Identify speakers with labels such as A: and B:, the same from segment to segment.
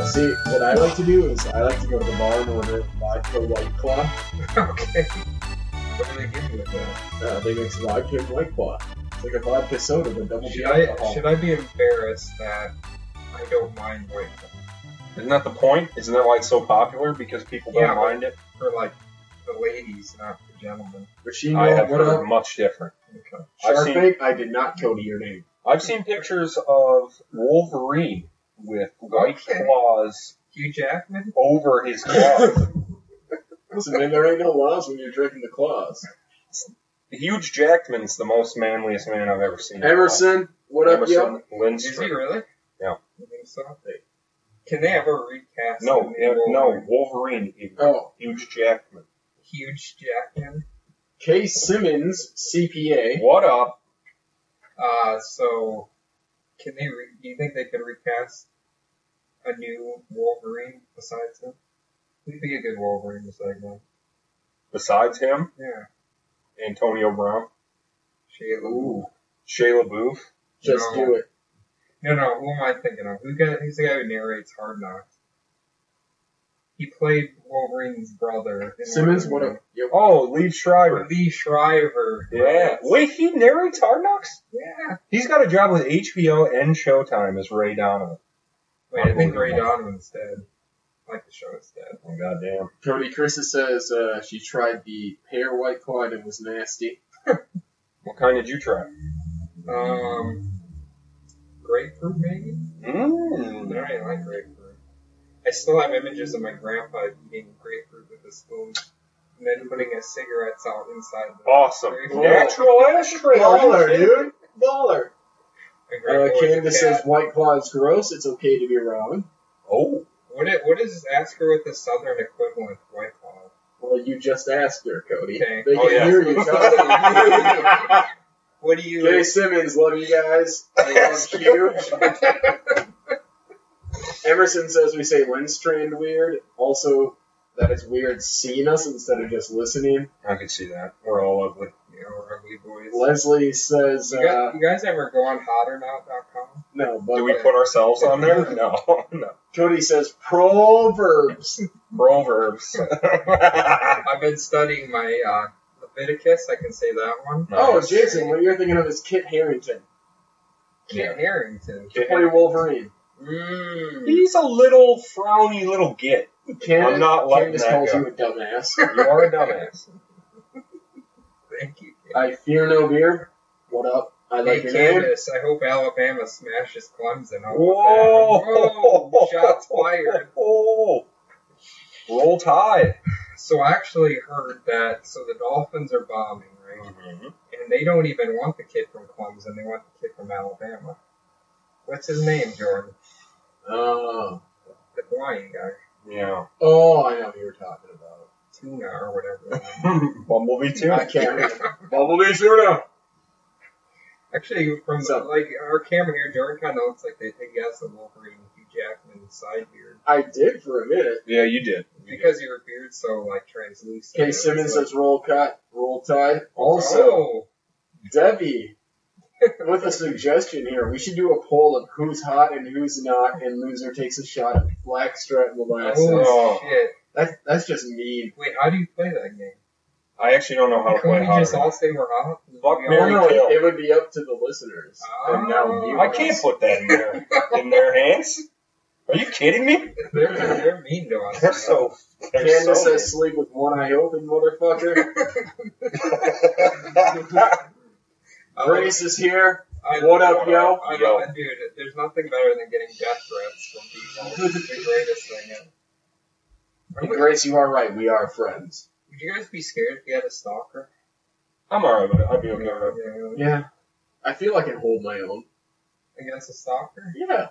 A: I like to do is I like to go to the bar and order vodka white claw.
B: Okay. What do they give you with that?
A: Uh, they make vodka and white claw. It's like a vodka soda but double the
B: Should I,
A: alcohol.
B: should I be embarrassed that I don't mind white claw
C: Isn't that the point? Isn't that why it's so popular? Because people don't
B: Yeah, but-
C: mind it.
B: for like the ladies, not the gentlemen?
A: Machine
C: I
A: Gun,
C: have
A: what
C: heard
A: up?
C: much different.
B: Okay.
C: I've
A: Shark
C: seen-
A: Bank, I did not code your name.
C: I've seen pictures of Wolverine with white
B: Okay.
C: claws
B: Hugh Jackman?
C: over his claws.
A: Listen, man, there ain't no laws when you're drinking the claws.
C: Huge Jackman's the most manliest man I've ever seen.
A: Emerson, what up, yo?
C: Emerson
B: Is he
C: Lindstrom.
B: really?
C: Yeah.
B: You think so? Can they ever recast?
C: No,
B: him
C: yeah,
B: in
C: no,
B: Wolverine?
C: Wolverine.
A: Oh,
C: Huge Jackman.
B: Huge Jackman.
A: Kay Simmons, CPA.
C: What up?
B: Uh, so can they? Re- do you think they could recast a new Wolverine besides him? He'd be a good Wolverine besides him.
C: Besides him,
B: Yeah.
C: Antonio Brown,
B: Shia LaBeouf.
A: Ooh,
C: Shia LaBeouf.
A: just
B: No.
A: do it.
B: No, no. Who am I thinking of? Who got? Who's the guy who narrates Hard Knocks? He played Wolverine's brother. in
A: Simmons, what
B: Wolverine.
A: up? Yo,
C: Oh, Lee Schreiber.
B: Lee Shriver.
C: Yeah. Wait, he narrates Hard Knocks?
B: Yeah.
C: He's got a job with HBO and Showtime as Ray Donovan.
B: Wait, I think
C: Unbelievable.
B: Ray Donovan's dead. Like the show is dead.
C: Oh, goddamn.
A: Cody Chris's says uh, she tried the pear white claw and it was nasty.
C: What kind did you try?
B: Um, grapefruit maybe? I
C: Mmm.
B: don't even like grapefruit. I still have images of my grandpa eating grapefruit with a spoon, and then putting his cigarettes out inside. The
C: Awesome.
B: grapefruit.
C: Natural ashtray. are you
A: Baller,
C: kidding?
A: dude. Baller.
B: My
A: Uh,
B: grandpa was a
A: Candace
B: cat.
A: says white claw is gross. It's okay to be wrong.
C: Oh.
B: What it, what is ask her what the southern equivalent of white claw?
A: Well, you just asked her, Cody.
B: Okay.
A: They can
C: Oh, yeah.
A: hear you. Cody.
B: What do you?
A: Jay Simmons, love you guys. I love you. Emerson says we say Lindstrand weird. Also, that it's weird seeing us instead of just listening.
C: I could see that. We're all ugly.
B: You know, we're ugly boys.
A: Leslie says
B: You, guys,
A: uh,
B: you guys ever go on hotornow.com?
A: no, but
C: Do we put ourselves on there? No. No.
A: Cody says proverbs.
C: Proverbs.
B: I've been studying my uh, Leviticus. I can say that one.
A: Oh,
C: Nice.
A: Jason, what you're thinking of is Kit Harrington.
B: Kit Harrington.
C: Kit
A: Play Wolverine.
B: Mmm.
C: He's a little frowny little git.
A: Candace,
C: I'm not letting
A: Candace
C: that
A: calls
C: go.
A: you a dumbass.
C: You are a dumbass.
B: Thank you. Kit.
A: I fear no beer. What up? I
B: hey,
A: like your name.
B: Candace, I hope Alabama smashes Clemson. How about
C: Whoa!
B: that? Whoa! Shots fired.
C: Oh! Roll Tide.
B: So I actually heard that. So the Dolphins are bombing, right?
C: Mm-hmm.
B: And they don't even want the kid from Clemson. They want the kid from Alabama. What's his name, Jordan?
A: Oh,
B: The Hawaiian guy,
C: Yeah.
A: oh, I know who you're talking about.
B: Tuna or whatever.
C: Bumblebee too.
A: I can't remember.
C: Bumblebee tuna.
B: Actually, from
A: So-
B: like our camera here, Jordan kind of looks like they take out some Wolverine, Hugh Jackman side beard
A: I did for a minute.
C: Yeah, you did. You did.
B: because your beard's so like translucent.
A: Okay,
B: it's
A: Simmons
B: like,
A: says roll cut, roll tide. Also,
B: oh,
A: Debbie with a suggestion here. We should do a poll of who's hot and who's not, and loser takes a shot at Blackstrap in the last.
C: Oh.
A: Oh.
B: shit!
A: That's that's just mean.
B: Wait, how do you play that game?
C: I actually don't know how to
B: Can
C: play
B: we
C: hot.
B: just
C: or not.
B: all say we're hot?
C: Fuck
B: We all-
A: Well,
C: Mary
A: no,
C: Kill.
A: it, it would be up to the listeners.
B: Uh,
A: And now you
B: Oh.
C: I can't put that in their in their hands. Are you kidding me?
B: They're, they're mean to us.
C: They're so. They're
A: Candace
C: so
A: says sleep with one eye open, motherfucker.
B: I like-
A: Grace is here.
B: I-
A: What up, yo?
B: I
C: Yo.
B: love- Dude, there's nothing better than getting death threats from people. It's the greatest thing ever.
A: And Grace, you are right. We are friends.
B: Would you guys be scared if you had a stalker?
C: I'm alright with it. I'd be okay with it.
B: Yeah,
A: Yeah. I feel I can hold my own.
B: against a stalker?
A: Yeah.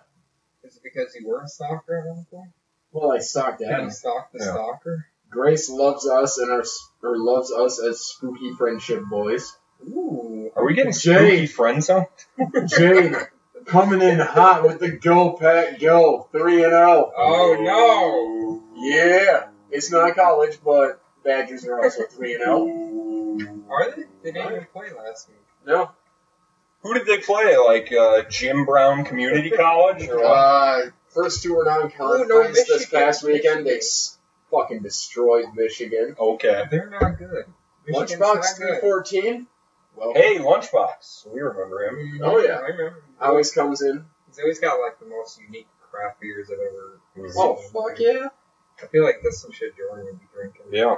B: Is it because you were a stalker at one point?
A: Well, I sucked at
B: Did
A: it.
B: you stalk the
C: Yeah.
B: stalker?
A: Grace loves us and our or loves us as spooky friendship boys.
B: Ooh.
C: Are we getting
A: Jay.
C: spooky friends zone?
A: Jade coming in hot with the go pack go three and zero.
B: Oh no!
A: Yeah, it's not college, but Badgers are also three and oh. zero.
B: Are they? They didn't even play last week.
A: No,
C: Who did they play? Like uh, Jim Brown Community College? Or what?
A: uh, first two were non-conference
B: Oh, no,
A: this
B: Michigan.
A: past weekend.
B: Michigan.
A: They s- fucking destroyed Michigan.
C: Okay.
B: They're not good. Michigan's
A: Lunchbox
B: not
A: three
B: good.
A: fourteen. Well,
C: Hey, Lunchbox. We remember him.
B: Mhm,
A: Oh, yeah.
B: I remember.
A: always comes in.
B: He's always got like the most unique craft beers I've ever.
C: Mhm.
A: Oh
B: seen.
A: fuck yeah!
B: I feel like this is some shit Jordan would be drinking.
C: Yeah.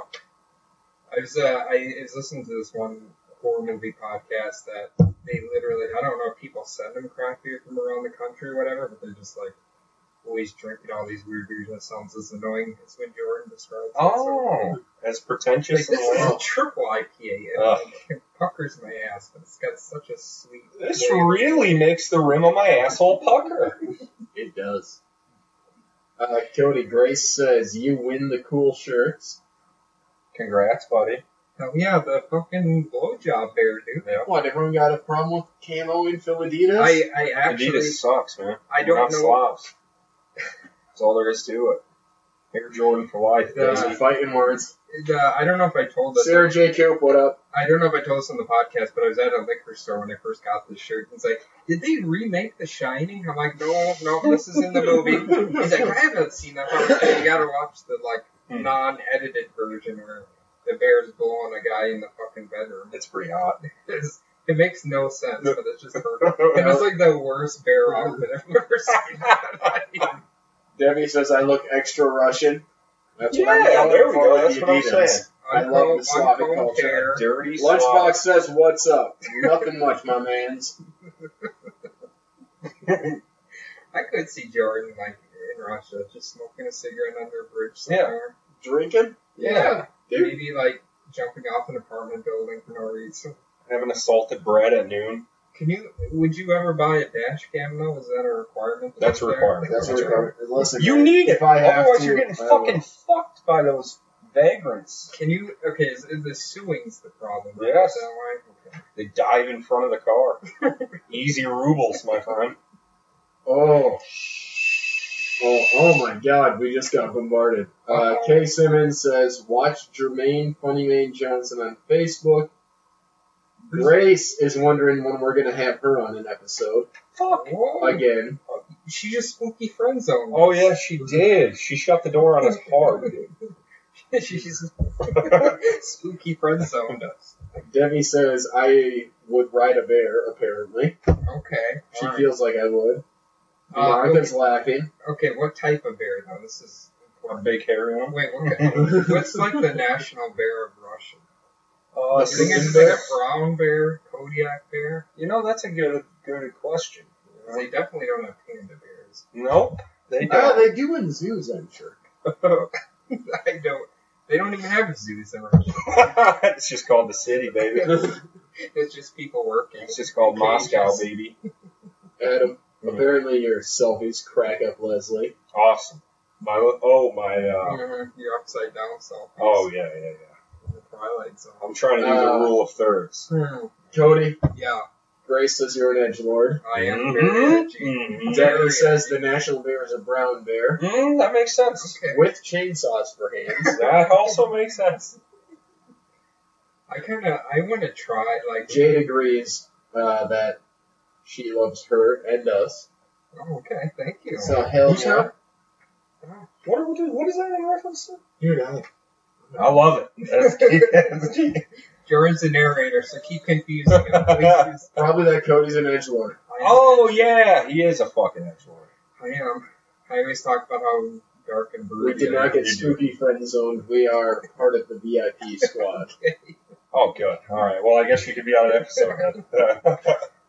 B: I was uh, I was listening to this one horror movie podcast that they literally I don't know if people send them craft beer from around the country or whatever, but they're just like always drinking all these weird beers and it sounds as annoying as when Jordan describes. it. So,
C: Oh, as
B: like,
C: pretentious
B: this is
C: as
B: a triple IPA. And,
C: Ugh.
B: like, it puckers my ass, but it's got such a sweet.
C: This
B: flavor.
C: really makes the rim of my asshole pucker.
A: It does. Uh, Cody Grace says you win the cool shirts.
C: Congrats, buddy.
B: Hell oh, yeah, the fucking blowjob bear, dude.
A: What? Everyone got a problem with camo and Philadidas?
B: I, I actually
C: Adidas sucks, man.
B: I don't
C: We're not
B: know-
C: Slavs. That's all there is to it. Air Jordan for life.
B: Yeah.
A: Those are fighting words.
B: uh, I don't know if I told this.
A: Sarah J. Cope, what up?
B: I don't know if I told this on the podcast, but I was at a liquor store when I first got this shirt. It's like, did they remake The Shining? I'm like, no, no, this is in the movie. He's like, I haven't seen that. I'm like, you gotta watch the like
C: Hmm.
B: non-edited version where the bear's blowing a guy in the fucking bedroom.
C: It's pretty hot.
B: It's, it makes no sense, but it's just perfect. It was like the worst bear outfit I've ever seen.
A: Debbie says I look extra Russian. That's what
C: Yeah,
A: I'm going
C: there we
A: for
C: go.
A: with
C: That's
A: the
C: what I'm
A: Adidas.
C: saying.
A: I love the Slavic
B: Uncombed
A: culture.
B: hair.
C: Dirty
A: Lunchbox says, "What's up? Nothing much, my man's."
C: Slavs.
B: I could see Jordan like in Russia just smoking a cigarette under a bridge somewhere.
A: Drinking?
B: Yeah.
A: dude.
B: Maybe like jumping off an apartment building for no reason.
C: Having a salted bread at noon.
B: Can you? Would you ever buy a dash cam though? Is that a requirement?
C: That's a
B: there?
C: requirement.
A: That's what I'm. Listen,
C: You
A: man,
C: need it.
A: If I have
C: Otherwise,
A: to,
C: you're getting
A: I
C: fucking fucked by those vagrants.
B: Can you? Okay, is, is the suing's the problem? right?
C: Yes.
B: Is that
C: They dive in front of the car.
B: why? Okay.
C: Easy rubles, my friend.
A: will. Oh. Oh, oh my God! We just got bombarded. Uh, Kay Simmons says, "Watch Jermaine Funny Man Johnson on Facebook." Grace is wondering when we're gonna have her on an episode
C: Fuck.
B: Whoa.
A: again.
B: she just spooky friend zone.
C: Oh yeah, she did. She shut the door on us hard, dude.
B: She's spooky friend zoned us.
A: Debbie says, "I would ride a bear." Apparently,
B: Okay.
A: she
B: all right.
A: feels like I would.
B: Uh,
A: Monica's laughing.
B: Okay, what type of bear though? This is
C: A
B: important.
C: big hairy one.
B: Wait, what,
A: Oh,
B: what's like the national bear of Russia?
C: Uh,
B: I think it's
A: Korean
B: just like a
A: bear?
B: brown bear, Kodiak bear.
C: you know, that's a good good question.
B: 'Cause They definitely don't have panda bears.
C: Nope, they
A: Yeah,
C: don't.
A: they do in zoos, I'm sure.
B: I don't. They don't even have zoos in Russia.
C: it's just called the city, baby.
B: It's just people working.
C: It's just called Moscow, baby.
A: Adam,
B: Mm-hmm.
C: Mhm.
A: apparently your selfies crack up Leslie.
C: Awesome. My oh my. Uh,
B: Mhm, You're upside down, so.
C: oh yeah, yeah, yeah.
B: In the twilight zone.
C: I'm trying to do the
A: Uh,
C: rule of thirds.
B: Hmm,
A: Cody,
B: Yeah,
A: Grace says you're an edge lord.
B: I am very
C: Mhm.
B: edgy.
C: Mhm.
B: That-
A: Debbie says the national bear is a brown bear
C: Mhm, that makes sense.
B: Okay.
A: with chainsaws for hands.
C: That also makes sense.
B: I kind of I want to try like.
A: Jade agrees uh, that she loves her and us.
B: Oh, okay, thank you.
A: So hell
B: Who's
A: yeah,
B: her?
C: What are we doing? What is that in reference to?
A: dude. I,
C: I love it. That's
B: Jordan's the narrator, so keep confusing him. Please.
A: probably that Cody's an edge lord.
B: I am
C: oh yeah, he is a fucking actual.
B: I am. I always talk about how dark and
A: We
B: broody.
A: did
B: I
A: not
B: am.
A: get spooky friend zoned. We are part of the VIP squad.
C: Oh good. All right. Well, I guess you could be on an episode then.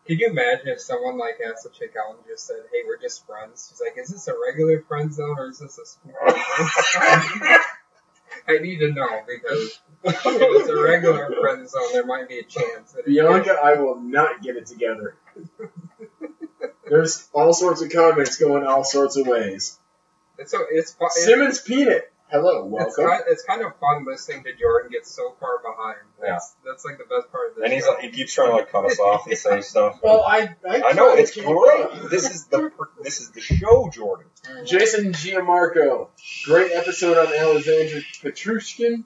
B: Can you imagine if someone like asked a chick out and just said, "Hey, we're just friends"? She's like, "Is this a regular friend zone or is this a spooky friend zone?" I need to know because if Oh, it's a regular friend zone, there might be a chance. That it-
A: Bianca, I will not get it together. There's all sorts of comments going all sorts of ways.
B: It's so it's fun. It's,
A: Simmons Peanut. Hello,
B: it's,
A: welcome.
B: kind, it's kind of fun listening to Jordan get so far behind. That's that's like the best part of this.
C: And he's
B: show.
C: like, he keeps trying to like cut us off and say stuff.
A: Well, I I,
C: I know
A: tried
C: it's
A: to keep
C: great. This is the this is the show, Jordan.
A: up.
B: Mm.
A: Jason Giamarco. Great episode on Alexander Petrushkin.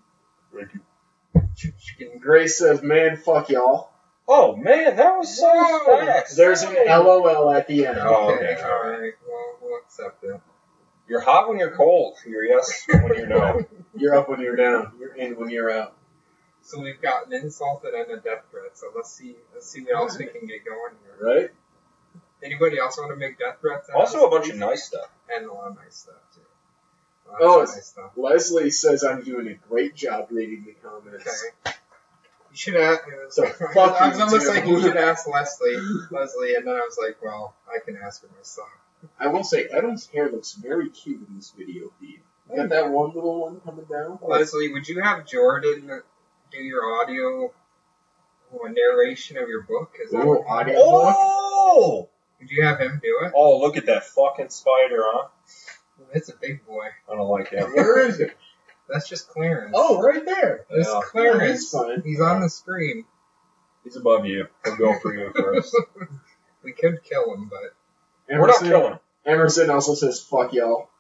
A: Grace says, "Man, fuck y'all."
C: Oh man, that was so
B: Whoa.
C: fast.
A: There's an LOL at the end.
C: Oh,
B: okay,
C: okay.
B: all right, well, we'll accept it.
C: You're hot when you're cold. You're yes when you're no.
A: You're up when you're down. You're in when you're out.
B: So we've got an insult and a death threat. So let's see, let's see what else we can get going here.
A: Right?
B: Anybody else want to make death threats? at
C: Also, a
B: us?
C: bunch of nice stuff.
B: and a lot of nice stuff too. Lots
A: Oh,
B: of
A: it's-
B: nice stuff.
A: Leslie says I'm doing a great job reading the comments.
B: Okay. You should ask.
A: So, fuck
B: I was
A: you
B: almost
A: too.
B: like you should ask Leslie, Leslie, and then I was like, well, I can ask her myself.
A: I will say Adam's hair looks very cute in this video feed. You got that one little one coming down?
B: Leslie, would you have Jordan do your audio or narration of your book? Is that
A: Ooh,
B: what-
A: audio book.
C: Oh!
B: Would you have him do it?
C: Oh, look at that fucking spider, huh?
B: That's a big boy.
C: I don't like that.
A: Where is it?
B: That's just Clarence.
A: Oh, right there.
B: There's
C: Yeah.
A: He's
B: Clarence.
A: fine.
B: He's on the screen.
C: He's above you. He'll go for you first.
B: we could kill him, but
C: We're not
A: Emerson,
C: killing him.
A: Emerson also says fuck y'all.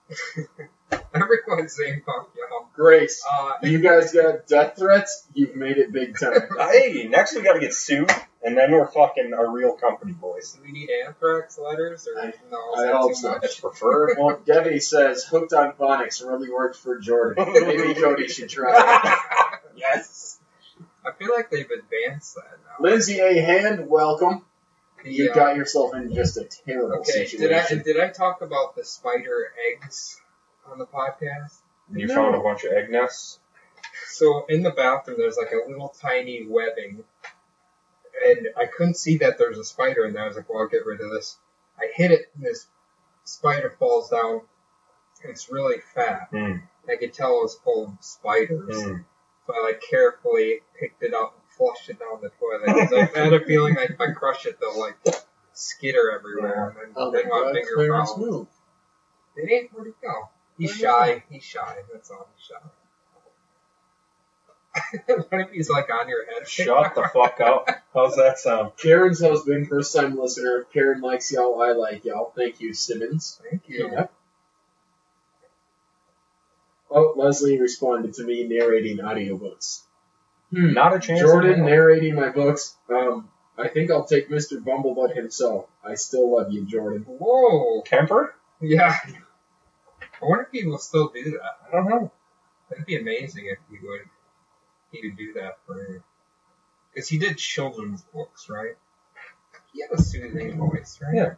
B: everyone's saying fuck y'all.
A: Grace,
B: Uh,
A: you guys got death threats? You've made it big time.
C: Hey, next we gotta get sued, and then we're fucking a real company, boys.
B: do we need anthrax letters or
A: I-
B: no?
A: I
B: Is that
A: hope
B: too
A: so.
B: much?
C: That's preferred.
A: well, Debbie says hooked on phonics really worked for Jordan. Maybe Cody should try. it.
C: yes.
B: I feel like they've advanced that now.
A: Lindsay A. Hand, welcome. You
B: The, uh,
A: got yourself in just a terrible
B: okay, did I
A: situation.
B: did I talk about the spider eggs on the podcast?
C: You
A: No.
C: found a bunch of egg nests.
B: So in the bathroom, there's like a little tiny webbing, and I couldn't see that there's a spider in there. I was like, "Well, I'll get rid of this." I hit it, and this spider falls down. It's really fat.
A: Hmm.
C: Mm.
B: I could tell it was full of spiders.
C: Mm.
B: So I like carefully picked it up and flushed it down the toilet. 'Cause I had a feeling like if I crush it, they'll like skitter everywhere and then
A: Oh my
B: bring on
A: God,
B: bigger
A: Clarence
B: problems.
A: moved.
B: It ain't where'd it go? He's
A: Where'd it
B: shy. He's shy. That's all. He's shy. what if he's like on your head?
C: Shut the fuck up. How's that sound?
A: Karen's husband, first time listener. Karen likes y'all. I like y'all. Thank you, Simmons.
B: Thank you.
A: Yep. Oh, Leslie responded to me narrating audiobooks. Hmm.
C: Not a chance. in
A: Jordan
C: hell.
A: narrating my books. Um, I think I'll take Mr. Bumblebutt himself. I still love you, Jordan.
B: Whoa.
C: Kemper?
B: Yeah. I wonder if he will still do that.
C: I don't know.
B: That'd be amazing if he would. He would do that for. Because he did children's books, right? He had a soothing voice, right?
C: Yeah.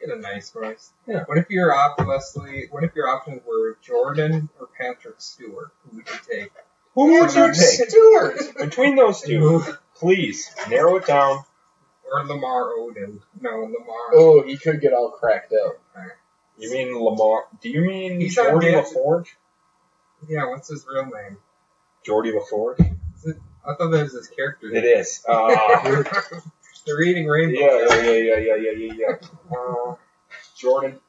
B: He had a nice voice.
C: Yeah.
B: What if your op, Leslie? What if your options were Jordan or Patrick Stewart? Who would you take?
C: Who would you take?
A: Stewart?
C: Between those two, please narrow it down.
B: Or Lamar Odin. No, Lamar.
A: Oh, he could get all cracked up.
C: You mean Lamar? Do you mean
B: He's not
C: Jordy
B: dead.
C: LaForge?
B: Yeah, what's his real name?
C: Jordy LaForge?
B: I thought that was his character.
C: It is. Uh,
B: the Reading
C: yeah,
B: Rainbow.
C: yeah, yeah, yeah, yeah, yeah, yeah, yeah.
B: Uh,
C: Jordan,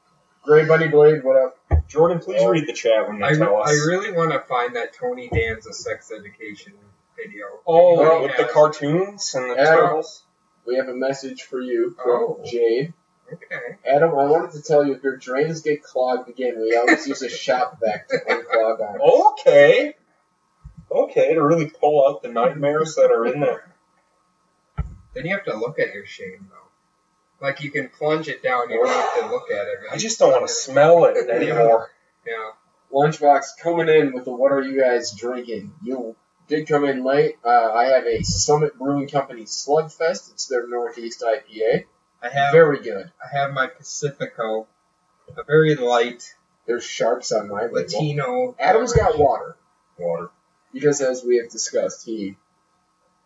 A: Gray Bunny Blade, what up?
C: Jordan, please read the chat when
B: I,
C: you tell us.
B: I really want to find that Tony Danza sex education video.
C: oh,
A: Well,
C: with
B: yeah.
C: the cartoons and the
A: Yeah.
C: turtles.
A: We have a message for you from
B: Oh.
A: Jade.
B: Okay.
A: Adam, I wanted to tell you if your drains get clogged again, we always use a shop vac to unclog them.
B: Oh.
C: Okay. Okay, to really pull out the nightmares that are in there.
B: Then you have to look at your shame though. Like you can plunge it down, you don't have to look at it.
C: I just don't want to smell it anymore.
B: Yeah.
A: Lunchbox coming in with the what are you guys drinking? You did come in late. Uh, I have a Summit Brewing Company Slugfest. It's their Northeast IPA.
B: I have
A: Very good.
B: I have my Pacifico, a very light
A: There's sharps on my label.
B: Latino.
A: Adam's got water.
C: Water.
A: because as we have discussed, he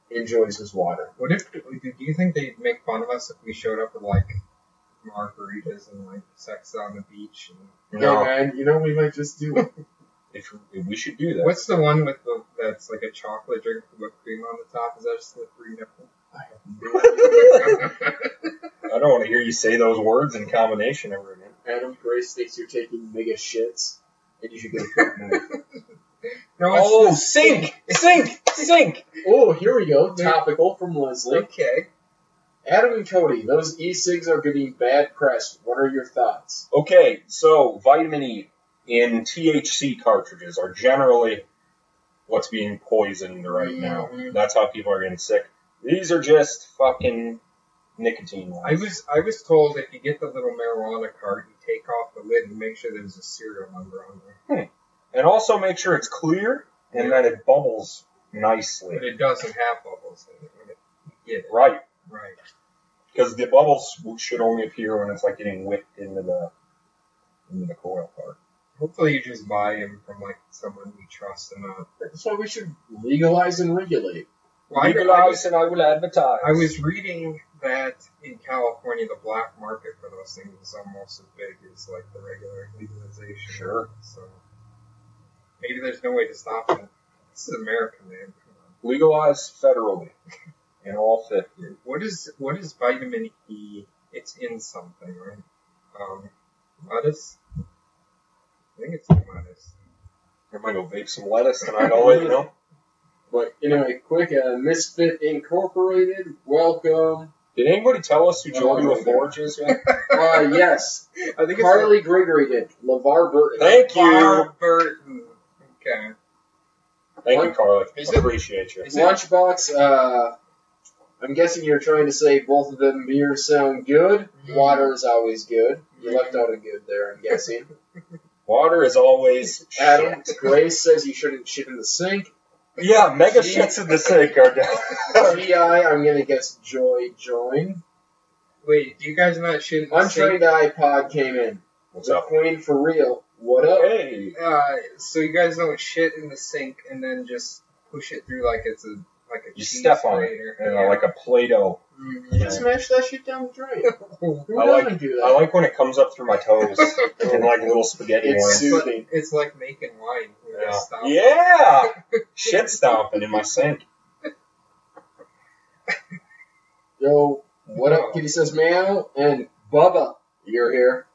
A: enjoys his water.
B: What if do you think they'd make fun of us if we showed up with like margaritas and like sex on the beach? And,
A: Hey
C: No,
A: man, you know we might just do it.
C: if, if we should do that.
B: what's the one with the that's like a chocolate drink with whipped cream on the top? Is that a slippery nipple?
C: I don't want to hear you say those words in combination ever again.
A: Adam Grace thinks you're taking mega shits, and you should get a fruit knife.
B: no, it's
C: Oh,
B: the
C: sink, sink, sink.
A: oh, here we go. Topical from Leslie.
B: Okay.
A: Adam and Cody, those e-cigs are getting bad press. What are your thoughts?
C: Okay, so vitamin E in THC cartridges are generally what's being poisoned right now.
B: Mhm.
C: That's how people are getting sick. These are just fucking nicotine
B: I
C: ones.
B: was I was told if you get the little marijuana card, you take off the lid and make sure there's a serial number on there.
C: And also make sure it's clear and that it bubbles nicely.
B: But it doesn't have bubbles in it when it you get it.
C: Right.
B: Right.
C: Because the bubbles should only appear when it's like getting whipped into the into the coil part.
B: Hopefully you just buy them from like someone you trust and not.
A: That's why we should legalize and regulate.
B: Well, I- I
C: Legalize and I will advertise.
B: I was reading that in California, the black market for those things is almost as big as like the regular legalization.
C: Sure.
B: So maybe there's no way to stop it. This is America, man. Come
C: legalized federally in all fifty.
B: on. What is what is vitamin E? It's in something, right? Um, lettuce. I think it's in lettuce.
C: Everybody go vape some lettuce tonight. I'll let you know.
A: But anyway, quick, uh, Misfit Incorporated, welcome.
C: Did anybody tell us who
A: No,
C: Jordy
A: no, no.
C: LaForge is yet?
A: Uh, yes,
B: I think it's
A: Carly Gregory did. LeVar Burton.
C: Thank you.
B: Barb Burton. Okay.
C: Thank you, Carly.
B: Is it-
C: Appreciate you.
B: is it-
A: Lunchbox, uh, I'm guessing you're trying to say both of them beers sound good.
B: Mm.
A: Water is always good. You
B: Mm.
A: left out a good there, I'm guessing.
C: Water is always
A: Adam,
C: shit.
A: Grace says you shouldn't shit in the sink.
C: Yeah, mega
A: She-
C: shits in the sink are down.
A: GI, I'm gonna guess Joy joined.
B: Wait, do you guys not shoot?
A: Untrained iPod came in.
C: What's
A: The
C: up?
A: Queen for real. What up?
C: Hey,
B: Uh, so you guys don't shit in the sink and then just push it through like it's a like a
C: You
B: cheese
C: step on it,
B: grater.
C: you know, like a Play-Doh.
A: You
B: Mhm.
A: just smash that shit down the drain. Who
C: I
A: doesn't do that?
C: I like when it comes up through my toes in like little spaghetti
A: It's
C: ones.
A: su- soothing.
B: it's like making wine. You know,
C: Yeah.
B: stop.
C: yeah, shit stomping in my sink.
A: Yo, what up? Kitty says meow and Bubba, you're here.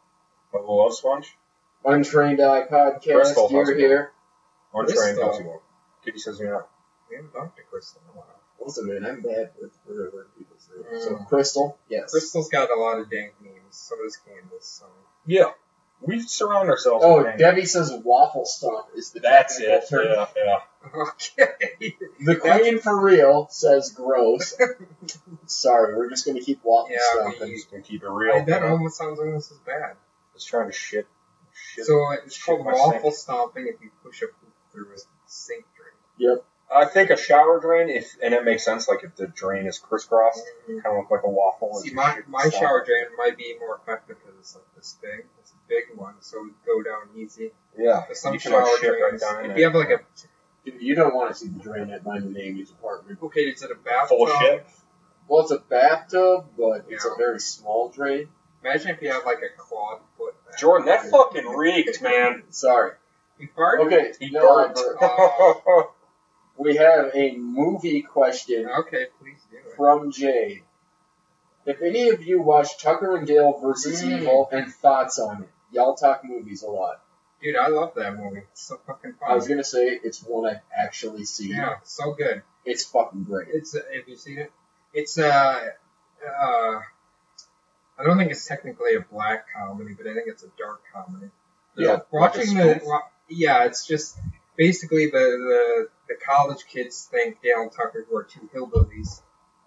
C: But the love sponge,
A: Untrained Eye Podcast,
C: Bristol
A: you're
C: Husband.
A: here.
C: orange
B: This
C: train,
B: stuff.
C: Pepsi One. Kitty says you're not.
B: We haven't talked to Crystal in a while.
A: Listen, man, I'm bad with remembering people's names. So
B: Mm.
A: Crystal, yes.
B: Crystal's got a lot of dank memes. So does Candace. So.
C: Yeah, we surround ourselves.
A: Oh,
C: with
A: Debbie says waffle stomp is the
C: that's it.
A: technical term.
C: Yeah, yeah.
B: Okay.
A: The Queen for real says gross. Sorry, we're just gonna keep waffle
B: Yeah,
A: stomping.
C: I'm just gonna keep it
B: I,
C: real.
B: that almost sounds almost as bad.
C: Just trying to shit. shit.
B: So it's
C: Shit
B: called
C: my sink.
B: waffle stomping if you push a poop through a sink drain.
C: I think a shower drain, if and it makes sense, like if the drain is crisscrossed, kind of look like a waffle. and
B: See,
C: just
B: my,
C: shit
B: my
C: stomping.
B: shower drain might be more effective because it's like this big. It's a big one, so it would go down easy.
C: Yeah,
B: But some
C: you can
B: shower
C: like shit right
B: drains,
C: down uh, in
B: if
C: it.
B: you have like a
A: You don't want to see the drain at my neighbor's apartment.
B: okay, is it a bathtub?
C: full of shit.
A: Well, it's a bathtub, but it's a
B: Yeah.
A: very small drain.
B: Imagine if you had like a clawed foot. bath.
C: Jordan, that fucking reeked, man.
A: Sorry.
B: You farted?
A: Okay,
C: He
A: no, I
C: burnt.
A: burnt.
B: Oh.
A: we have a movie question
B: Okay, please do it.
A: from Jade. If any of you watched Tucker and Dale versus
B: Mm.
A: Evil and thoughts on it, y'all talk movies a lot.
B: Dude, I love that movie. It's so fucking
A: I was
B: fun.
A: gonna say it's one I've actually seen.
B: Yeah, so good.
A: It's fucking great.
B: It's uh, have you seen it? It's uh uh I don't think it's technically a black comedy, but I think it's a dark comedy.
A: Yeah,
B: Uh, watching
C: like a
B: the
C: spoof.
B: wa- yeah, it's just basically the, the the college kids think Dale and Tucker, who are two hillbillies,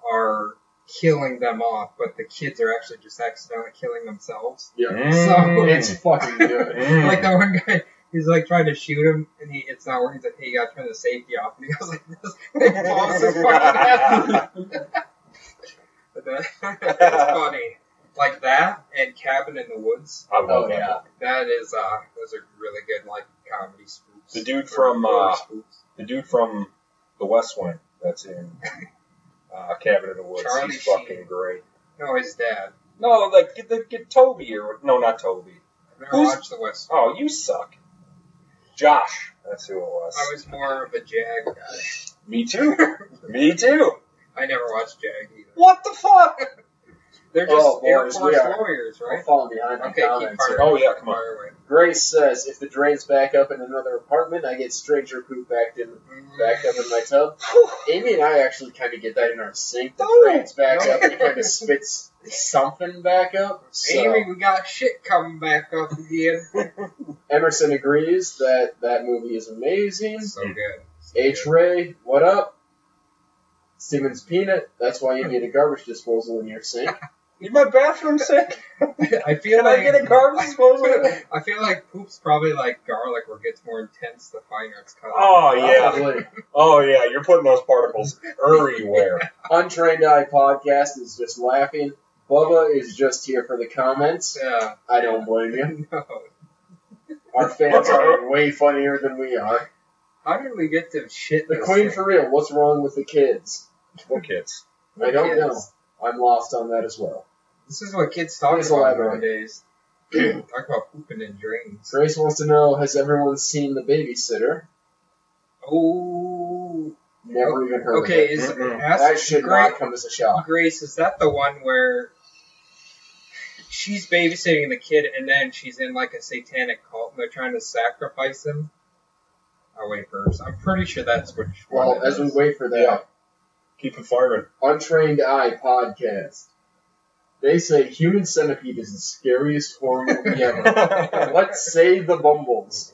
B: are killing them off, but the kids are actually just accidentally killing themselves.
A: Yeah.
B: So-
A: It's fucking good.
C: Mm.
B: Like that one guy. He's like trying to shoot him, and he it's not working. He's like, "Hey, you gotta turn the safety off." And he goes like this, and he pops his fucking head. But that- it's funny. Like that and Cabin in the Woods.
C: I love
A: Oh
C: that.
A: yeah.
B: That is uh those are really good like comedy spoofs.
C: The dude from,
B: Or
C: uh,
B: spoofs.
C: The dude from The West Wing that's in uh, Cabin in the Woods.
B: Charlie
C: he's
B: Sheen.
C: fucking great.
B: No, his dad.
C: No, like get, the, get Toby or no, not Toby.
B: I never
C: Who's-
B: watched the West.
C: Oh, you suck. Josh. That's who it was.
B: I was more of a Jag guy.
C: Me too. Me too.
B: I never watched Jag either.
C: What the fuck?
B: They're just
A: Oh,
B: Air
A: boys,
B: Force
A: we are.
B: warriors,
A: I'm
B: right?
A: falling behind
B: Okay,
A: the
B: keep
A: comments.
B: far
C: Oh,
B: away,
C: yeah,
B: keep
C: come on.
B: far away.
A: Grace says, if the drain's back up in another apartment, I get stranger poop back in back up in my tub. Amy and I actually kind of get that in our sink. The
B: Oh,
C: No.
A: drain's back
B: No.
A: up. It kind of spits something back up. So
B: Amy, we got shit coming back up again.
A: Emerson agrees that that movie is amazing.
B: so good. So
A: H
B: good.
A: Ray, what up? Stevens Peanut, that's why you need a garbage disposal in your sink.
C: Is my bathroom sick?
B: I feel
C: Can
B: like
C: I get a garbage disposal?
B: I feel like poop's probably like garlic, where it gets more intense the fine arts cut.
C: Oh yeah.
A: Probably.
C: Oh yeah. You're putting those particles everywhere.
A: Untrained Eye Podcast is just laughing. Bubba is just here for the comments.
B: Yeah.
A: I don't blame you.
B: No.
A: Our fans are way funnier than we are.
B: How did we get to shit?
A: The
B: this
A: Queen
B: thing?
A: for real. What's wrong with the kids?
C: Poor kids.
A: I don't
B: Kids.
A: know. I'm lost on that as well.
B: This is what kids talk
A: Please
B: about
A: elaborate.
B: nowadays. talk about pooping in drains.
A: Grace wants to know: Has everyone seen the babysitter?
B: Oh.
A: Never even heard
B: Okay.
A: of it.
B: Is
C: Mm-mm.
B: ask
A: That should
B: Gra-
A: not come as a shock.
B: Grace? Is that the one where she's babysitting the kid and then she's in like a satanic cult and they're trying to sacrifice him? Oh wait, first. I'm pretty sure that's which one.
A: Well,
B: it
A: as we
B: is.
A: wait for that,
C: Yeah. Keep it firing.
A: Untrained Eye podcast. They say human centipede is the scariest horror movie ever. Let's save the Bumbles.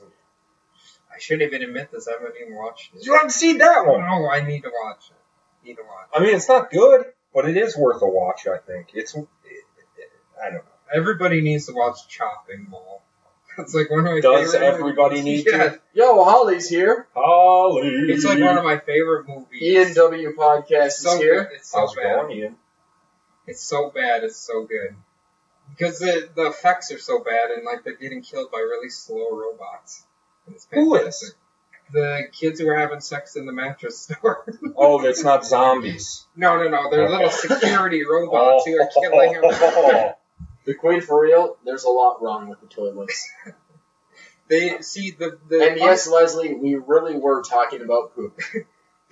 B: I shouldn't even admit this. I haven't even watched it. Oh,
C: You haven't seen that one.
B: No, I need to watch it. Need to watch.
C: I mean, it's not good, but it is worth a watch. I think it's. I don't know.
B: it. Everybody needs to watch Chopping Mall. That's like one of my
C: Does
B: favorite
C: everybody need to?
B: Yeah,
A: Yo, Holly's here.
C: Holly.
B: it's like one of my favorite movies.
A: Ian W podcast
B: It's so
A: is here.
B: good. It's so
C: How's it
B: bad.
C: going, Ian?
B: It's so bad. It's so good. Because the, the effects are so bad, and like they're getting killed by really slow robots. And It's
C: Who is?
B: fantastic. The kids who were having sex in the mattress store.
C: Oh, it's not zombies.
B: no, no, no. They're little security robots who are killing him.
C: Oh.
A: The Queen for real. There's a lot wrong with the toilets.
B: they see the the
A: And yes, Leslie, we really were talking about poop.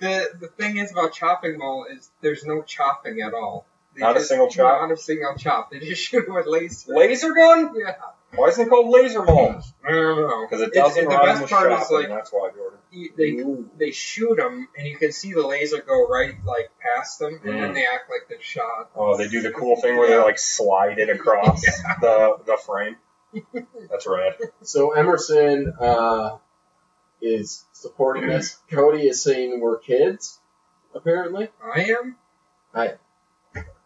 B: the the thing is about chopping mall is there's no chopping at all. They
C: Not a
B: just-
C: single chop?
B: Not a single chop. They just shoot with laser.
C: laser gun?
B: yeah.
C: Why isn't it called laser ball?
B: I don't know.
C: Because it
B: It's-
C: doesn't
B: the
C: rhyme
B: best
C: with
B: part
C: shopping.
B: is like
C: that's why, Jordan.
B: you- they
A: Ooh.
B: they shoot them and you can see the laser go right like past them and then
C: Mm.
B: they act like they're shot.
C: Oh, they do the cool thing where they like slide it across the the frame. That's rad.
A: So Emerson uh, is supporting us. Cody is saying we're kids, apparently.
B: I am.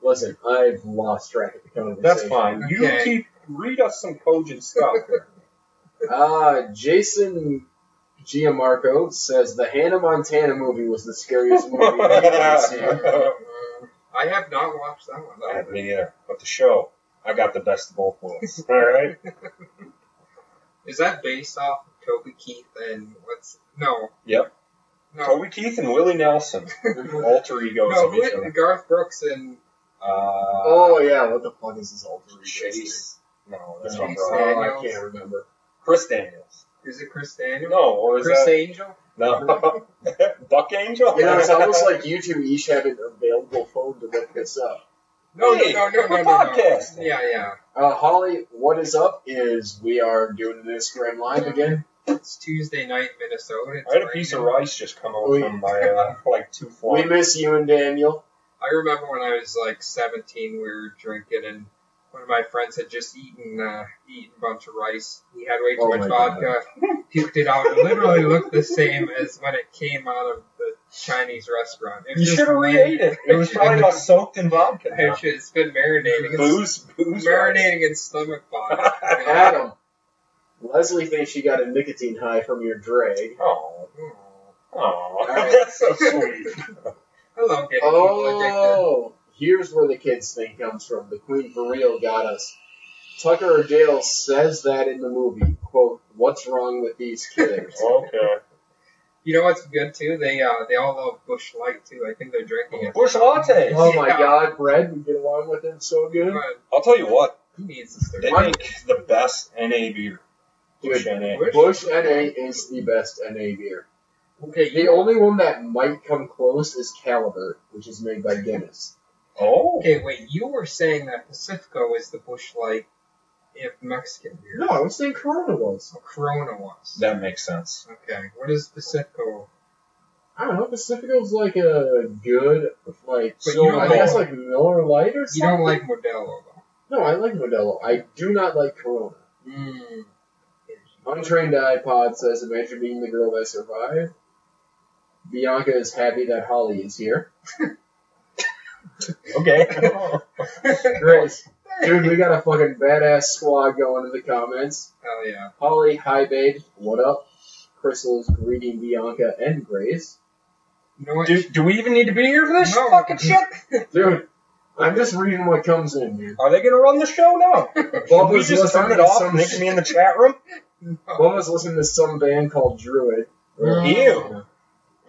A: Listen, I've lost track of the conversation.
C: That's fine. You
B: Okay.
C: keep read us some cogent stuff. here.
A: Uh, Jason Giamarco says the Hannah Montana movie was the scariest movie I've ever seen.
B: Uh, I have not watched that one.
C: Uh, Me neither. But the show, I got the best of both worlds. All right.
B: Is that based off of Toby Keith and what's no?
C: Yep.
B: No.
C: Toby Keith and Willie Nelson, alter egos
B: no,
C: of
B: who
C: each
B: is-
C: other.
B: Garth Brooks and
C: Uh,
A: Oh yeah, what the fuck is this alter ego?
C: Chase. No, that's
A: No,
C: not
B: Chase
C: right.
A: oh, I
B: Daniels.
A: can't remember.
C: Chris Daniels.
B: is it Chris Daniel?
C: No, or is
B: Chris
C: that
B: Angel?
C: no Buck Angel?
A: You know, it's almost like you two each have an available phone to look this up.
B: No,
C: Hey,
B: no, no, no,
C: we're
B: no, no, no.
C: podcasting.
B: Yeah, yeah.
A: Uh, Holly, what is up? Is we are doing this Instagram live again.
B: It's Tuesday night, Minnesota. It's
C: I had a
B: raining.
C: piece of rice just come out
A: We-
C: from my uh, like two
A: We
C: flights.
A: miss you and Daniel.
B: I remember when I was like 17, we were drinking, and one of my friends had just eaten uh, eaten a bunch of rice. He had way too
A: Oh
B: much
A: my
B: vodka, puked it out. It literally looked the same as when it came out of the Chinese restaurant. It
C: You
B: was just
C: should have
B: red.
C: re-ate it. It was probably all soaked in vodka.
B: It should- It's been marinating. It's
C: Booze, booze, rice.
B: marinating in stomach vodka. Yeah.
A: Adam, Leslie thinks she got a nicotine high from your drag.
C: Oh, oh,
A: right.
C: that's so sweet.
B: I love getting people addicted.
A: Oh, here's where the kids thing comes from. The Queen for real got us. Tucker Dale says that in the movie. "Quote: What's wrong with these kids?"
C: Okay.
B: You know what's good too? They uh, they all love Bush Light too. I think they're drinking it.
C: Bush lattes.
A: oh my
B: Yeah.
A: God, Brad, we get along with him so good.
B: But
C: I'll tell you what.
B: He needs to start.
C: They make the best NA beer. Bush
A: Dude,
C: NA.
B: Bush?
A: Bush NA is the best NA beer.
B: Okay,
A: The only one that might come close is Caliber, which is made by Guinness.
C: Oh.
B: Okay, wait. You were saying that Pacifico is the bush light if Mexican beer.
A: No, I was saying Corona was.
B: So Corona was.
C: That makes sense.
B: okay. What is Pacifico?
A: I don't know. Pacifico's like a good, like
B: But
A: so
B: you don't
A: I
B: like-
A: guess like Miller Lite or
B: You
A: something.
B: don't like Modelo though.
A: No, I like Modelo. I do not like Corona.
B: Mm.
A: Untrained iPod says, "Imagine being the girl that survived." Bianca is happy that Holly is here.
C: Okay.
B: Hell
A: Grace. Dude, we got a fucking badass squad going in the comments.
B: yeah.
A: Holly, hi babe, what up? Crystal's greeting Bianca and Grace.
B: You know what?
C: Do, do we even need to be here for this
B: No.
C: fucking shit?
A: Dude, I'm just reading what comes in, man.
C: Are they going to run the show now? Should we
A: Bubba's
C: just turn
A: listening
C: it
A: to
C: off
A: some
C: and they can be in the chat room?
A: Bubba's listening to some band called Druid.
C: Mm.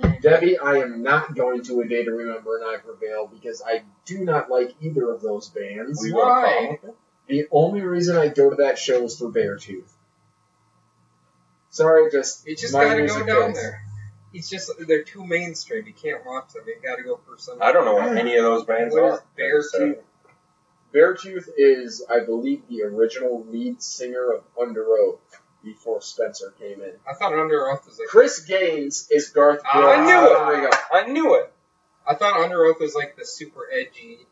C: Ew.
A: Debbie, I am not going to a day to remember and I prevail because I do not like either of those bands.
C: We want a
B: Why?
C: problem with it.
A: The only reason I go to that show is for Beartooth. Sorry, just
B: You just
A: my
B: gotta go
A: music
B: down
A: is-
B: there. It's just they're too mainstream. You can't watch them. You gotta go for some.
C: I don't know what any of those bands
B: What is
C: are.
B: Bear
C: So-
B: Tooth?
A: Beartooth is, I believe, the original lead singer of Under Oath before Spencer came in.
B: I thought Under Oath was like.
A: Chris Gaines is Garth
B: Ah,
A: Brooks.
C: I knew it.
A: There we go.
C: I knew it.
B: I thought Under Oath was like the super edgy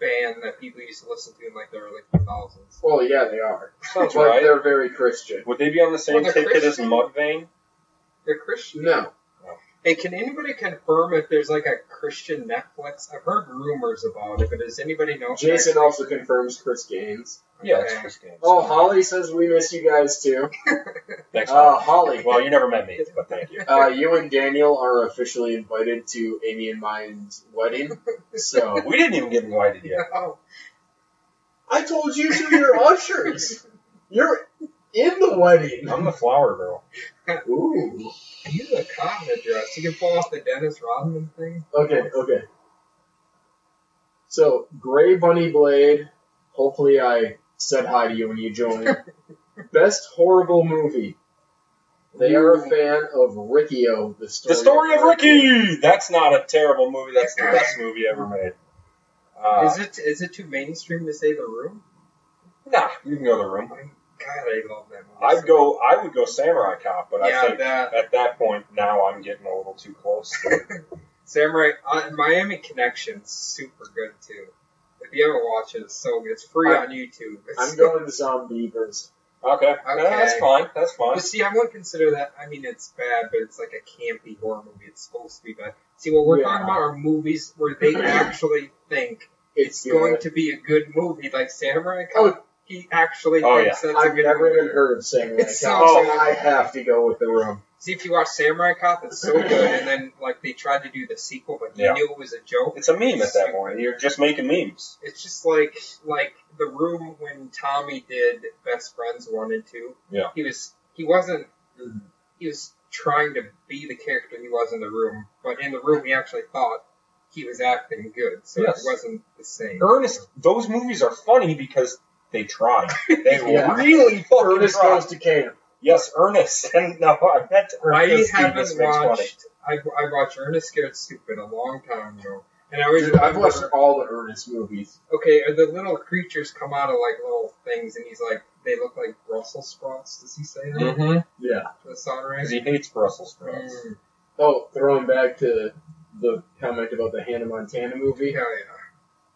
B: band that people used to listen to in like the early 2000s.
A: Well, yeah, they are.
C: Sounds
A: but
C: right.
A: they're very Christian.
C: Would they be on the same
B: Well, they're
C: ticket as
B: Christian.
C: Mudvayne?
B: They're Christian.
A: No.
B: Hey, can anybody confirm if there's like a Christian Netflix? I've heard rumors about it, but does anybody know? if
A: Jason
B: there's-
A: also confirms Chris Gaines.
C: Yeah, it's
B: Okay.
C: Chris Gaines.
A: Oh, Holly says we miss you guys too.
C: Thanks,
A: Uh,
C: Holly.
A: Holly,
C: Well, you never met me, but thank you.
A: uh, you and Daniel are officially invited to Amy and mine's wedding. So
C: We didn't even get invited yet.
B: No.
A: I told you two, you're ushers. You're in the wedding.
C: I'm the flower girl.
A: Ooh.
B: He's a cotton dress. You can pull off the Dennis Rodman thing.
A: Okay, okay. So, Gray Bunny Blade, hopefully I said hi to you when you joined. Best horrible movie. They are a fan of Riccio, the story.
C: The story of Ricky! That's not a terrible movie. That's the best movie ever made. Uh,
B: Is it is it too mainstream to say the room?
C: Nah, you can go to the room.
B: God, I love that movie.
C: I'd go. I would go Samurai Cop, but I
B: yeah,
C: think
B: that
C: at that point now I'm getting a little too close.
B: Samurai uh, Miami Connection's super good too. If you haven't watched it, it's so good. It's free
A: I-
B: on YouTube. It's
A: I'm going to Zombievers.
C: okay, No, that's fine. That's fine.
B: But see, I wouldn't consider that. I mean, it's bad, but it's like a campy horror movie. It's supposed to be bad. See, what we're
A: Yeah.
B: talking about are movies where they actually think
A: It's
B: it's going to be a good movie, like Samurai Cop. he actually
C: Oh,
B: thinks that's a
A: Oh. I've
B: good
A: never
B: movie.
A: even heard of Samurai
B: It's
A: Cop,
C: so
A: so
B: good.
A: I have to go with the room.
B: See, if you watch Samurai Cop, it's so good, and then like they tried to do the sequel, but you
C: Yeah.
B: knew it was a joke.
C: It's a meme at that point. You're just making memes.
B: It's just like like the room when Tommy did Best Friends one and two.
C: Yeah.
B: He was he wasn't
A: Mhm.
B: he was trying to be the character he was in the room, but in the room he actually thought he was acting good, so
C: Yes.
B: it wasn't the same.
C: Ernest, those movies are funny because they try. They
A: Yeah.
C: really fucking
A: Ernest
C: try.
A: goes to camp.
C: yes, Ernest. And no, I meant
B: I
C: Ernest.
B: haven't
C: Stevens makes funny.
B: watched I I watched Ernest Scared Stupid a long time ago. And I always
A: Dude, I've
B: remember-
A: watched all the Ernest movies.
B: Okay, are the little creatures come out of like little things, and he's like, they look like Brussels sprouts. Does he say that?
C: Mhm.
A: Yeah.
B: The sunrise.
C: 'Cause he hates Brussels sprouts.
B: Mm,
A: Oh, throwing back to the comment about the Hannah Montana movie.
B: hell yeah.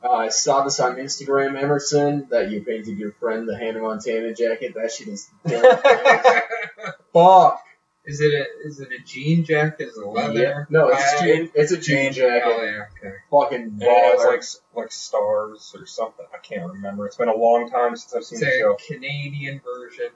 A: Uh, I saw this on Instagram, Emerson, that you painted your friend the Hannah Montana jacket. That shit is dope. fuck.
B: is it a is it a jean jacket? Is it leather?
A: Yeah. No, it's
B: Uh,
A: a jean. It's a jean
C: Jean
A: jacket.
B: Hell yeah, okay.
A: Fucking
C: And it has
A: baller.
C: like s- like stars or something. I can't remember. It's been a long time since I've seen
B: It's
C: the show.
B: a Canadian version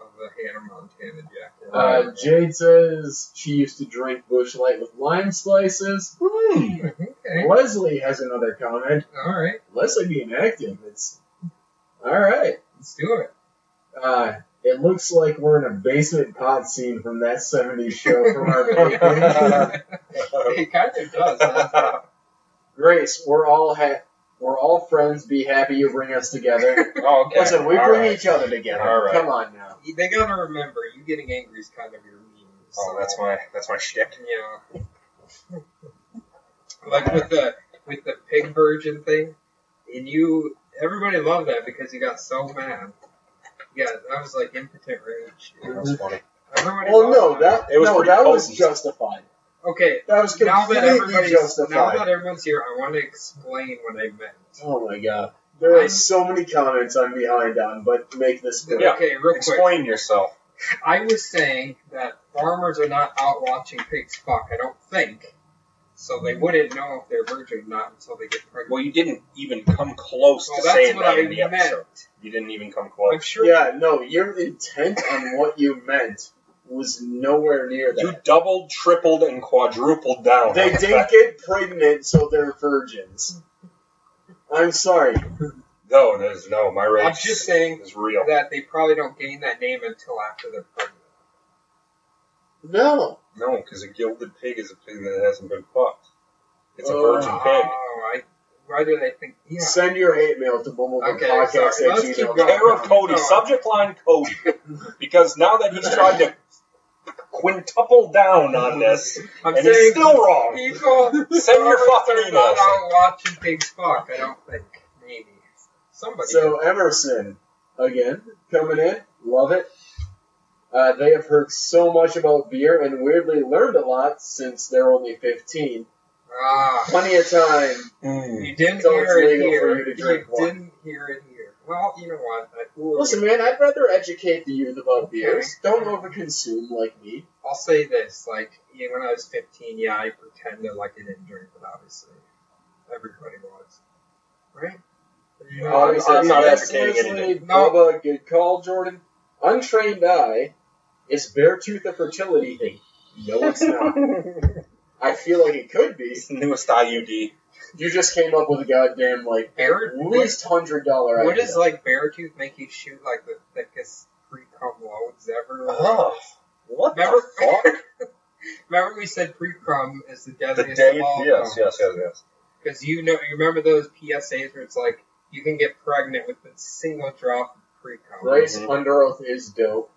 B: of the Hannah Montana jacket.
A: Uh, Jade says she used to drink Bush Light with lime slices.
C: Hmm.
B: Mm, okay.
A: Leslie has another comment.
B: All right,
A: Leslie being active. It's all right.
B: let's do it.
A: Uh, it looks like we're in a basement pot scene from that '70s show from our baby.
B: it kind of does. huh?
A: Grace, we're all ha- we're all friends. Be happy you bring us together.
C: Oh, okay.
A: Listen, we
C: All
A: bring
C: right.
A: each other together.
C: All right.
A: Come on now.
B: they gotta remember, you getting angry is kind of your meme.
C: Oh,
B: so-
C: that's my that's my shtick.
B: Yeah. like with the with the pig virgin thing, and you everybody loved that because you got so mad. Yeah, that was like impotent rage.
C: That was funny.
B: Everybody
C: Oh,
A: Well,
B: loved
A: no, that
C: It was
A: no,
C: pretty
A: that was
C: potent.
A: justified.
B: okay.
A: That was
B: Now that
A: completely
B: everybody's now
A: justified.
B: that everyone's here, I want to explain what I meant.
A: Oh my god, there are so many comments I'm behind on, but make this quick.
C: Yeah.
B: Okay, real quick.
C: Explain yourself.
B: I was saying that farmers are not out watching pigs fuck. I don't think. So they wouldn't know if they're virgin or not until they get pregnant.
C: Well, you didn't even come close
B: Well,
C: to
B: that's
C: saying
B: what
C: that
B: I
C: in the
B: meant.
C: episode. You didn't even come close.
B: I'm sure.
A: Yeah, no, your intent on what you meant was nowhere near
C: You
A: that.
C: doubled, tripled, and quadrupled down.
A: They
C: on the
A: didn't
C: fact-
A: get pregnant, so they're virgins. I'm sorry.
C: No, there's no. My race
B: I'm just saying
C: is real.
B: that they probably don't gain that name until after they're pregnant.
A: No.
C: No, because a gilded pig is a pig that hasn't been fucked. It's a
A: Oh.
C: virgin pig.
B: Oh, I, why did I think? Yeah.
A: Send your hate mail to bumblebeepodcast
B: Okay, sorry. Let's keep going.
C: Care of Cody.
B: No.
C: Subject line Cody. Because now that he's tried to quintuple down on this,
B: I'm
C: and he's
B: saying
C: still wrong.
B: people.
C: Send your fucking
B: They're not
C: emails.
B: out watching things fuck. I don't think maybe somebody.
A: So Emerson, again, coming in, love it. Uh, they have heard so much about beer and weirdly learned a lot since they're only 15.
B: ah,
A: Plenty of time.
C: Mm.
B: you didn't
A: So it's
B: hear it
A: legal
B: here.
A: for you to drink wine.
B: didn't hear it here. Well, you know what? I,
A: Listen, man, I'd rather educate the youth about beers. Don't overconsume like me.
B: I'll say this: like, yeah, when I was 15, yeah, I pretended like I didn't drink, but obviously, everybody was, right? You know,
C: I'm- I'm not
A: Yes,
C: advocating
A: Leslie,
C: anything.
A: blah, blah, good call, Jordan. Untrained eye is bare tooth a fertility thing. No, it's not. I feel like it could be.
C: It's the newest IUD.
A: You just came up with a goddamn like
B: Bear,
A: at least hundred dollar idea.
B: What does like bear tooth make you shoot like the thickest pre cum loads ever?
C: Oh, what
B: Remember-
C: the fuck?
B: Remember we said pre cum is the
C: The
B: deadliest
C: day,
B: of all
C: yes, yes, yes, yes.
B: Because you know, you remember those PSAs where it's like you can get pregnant with a single drop of pre cum.
A: Grace
C: Mhm.
A: under oath is dope.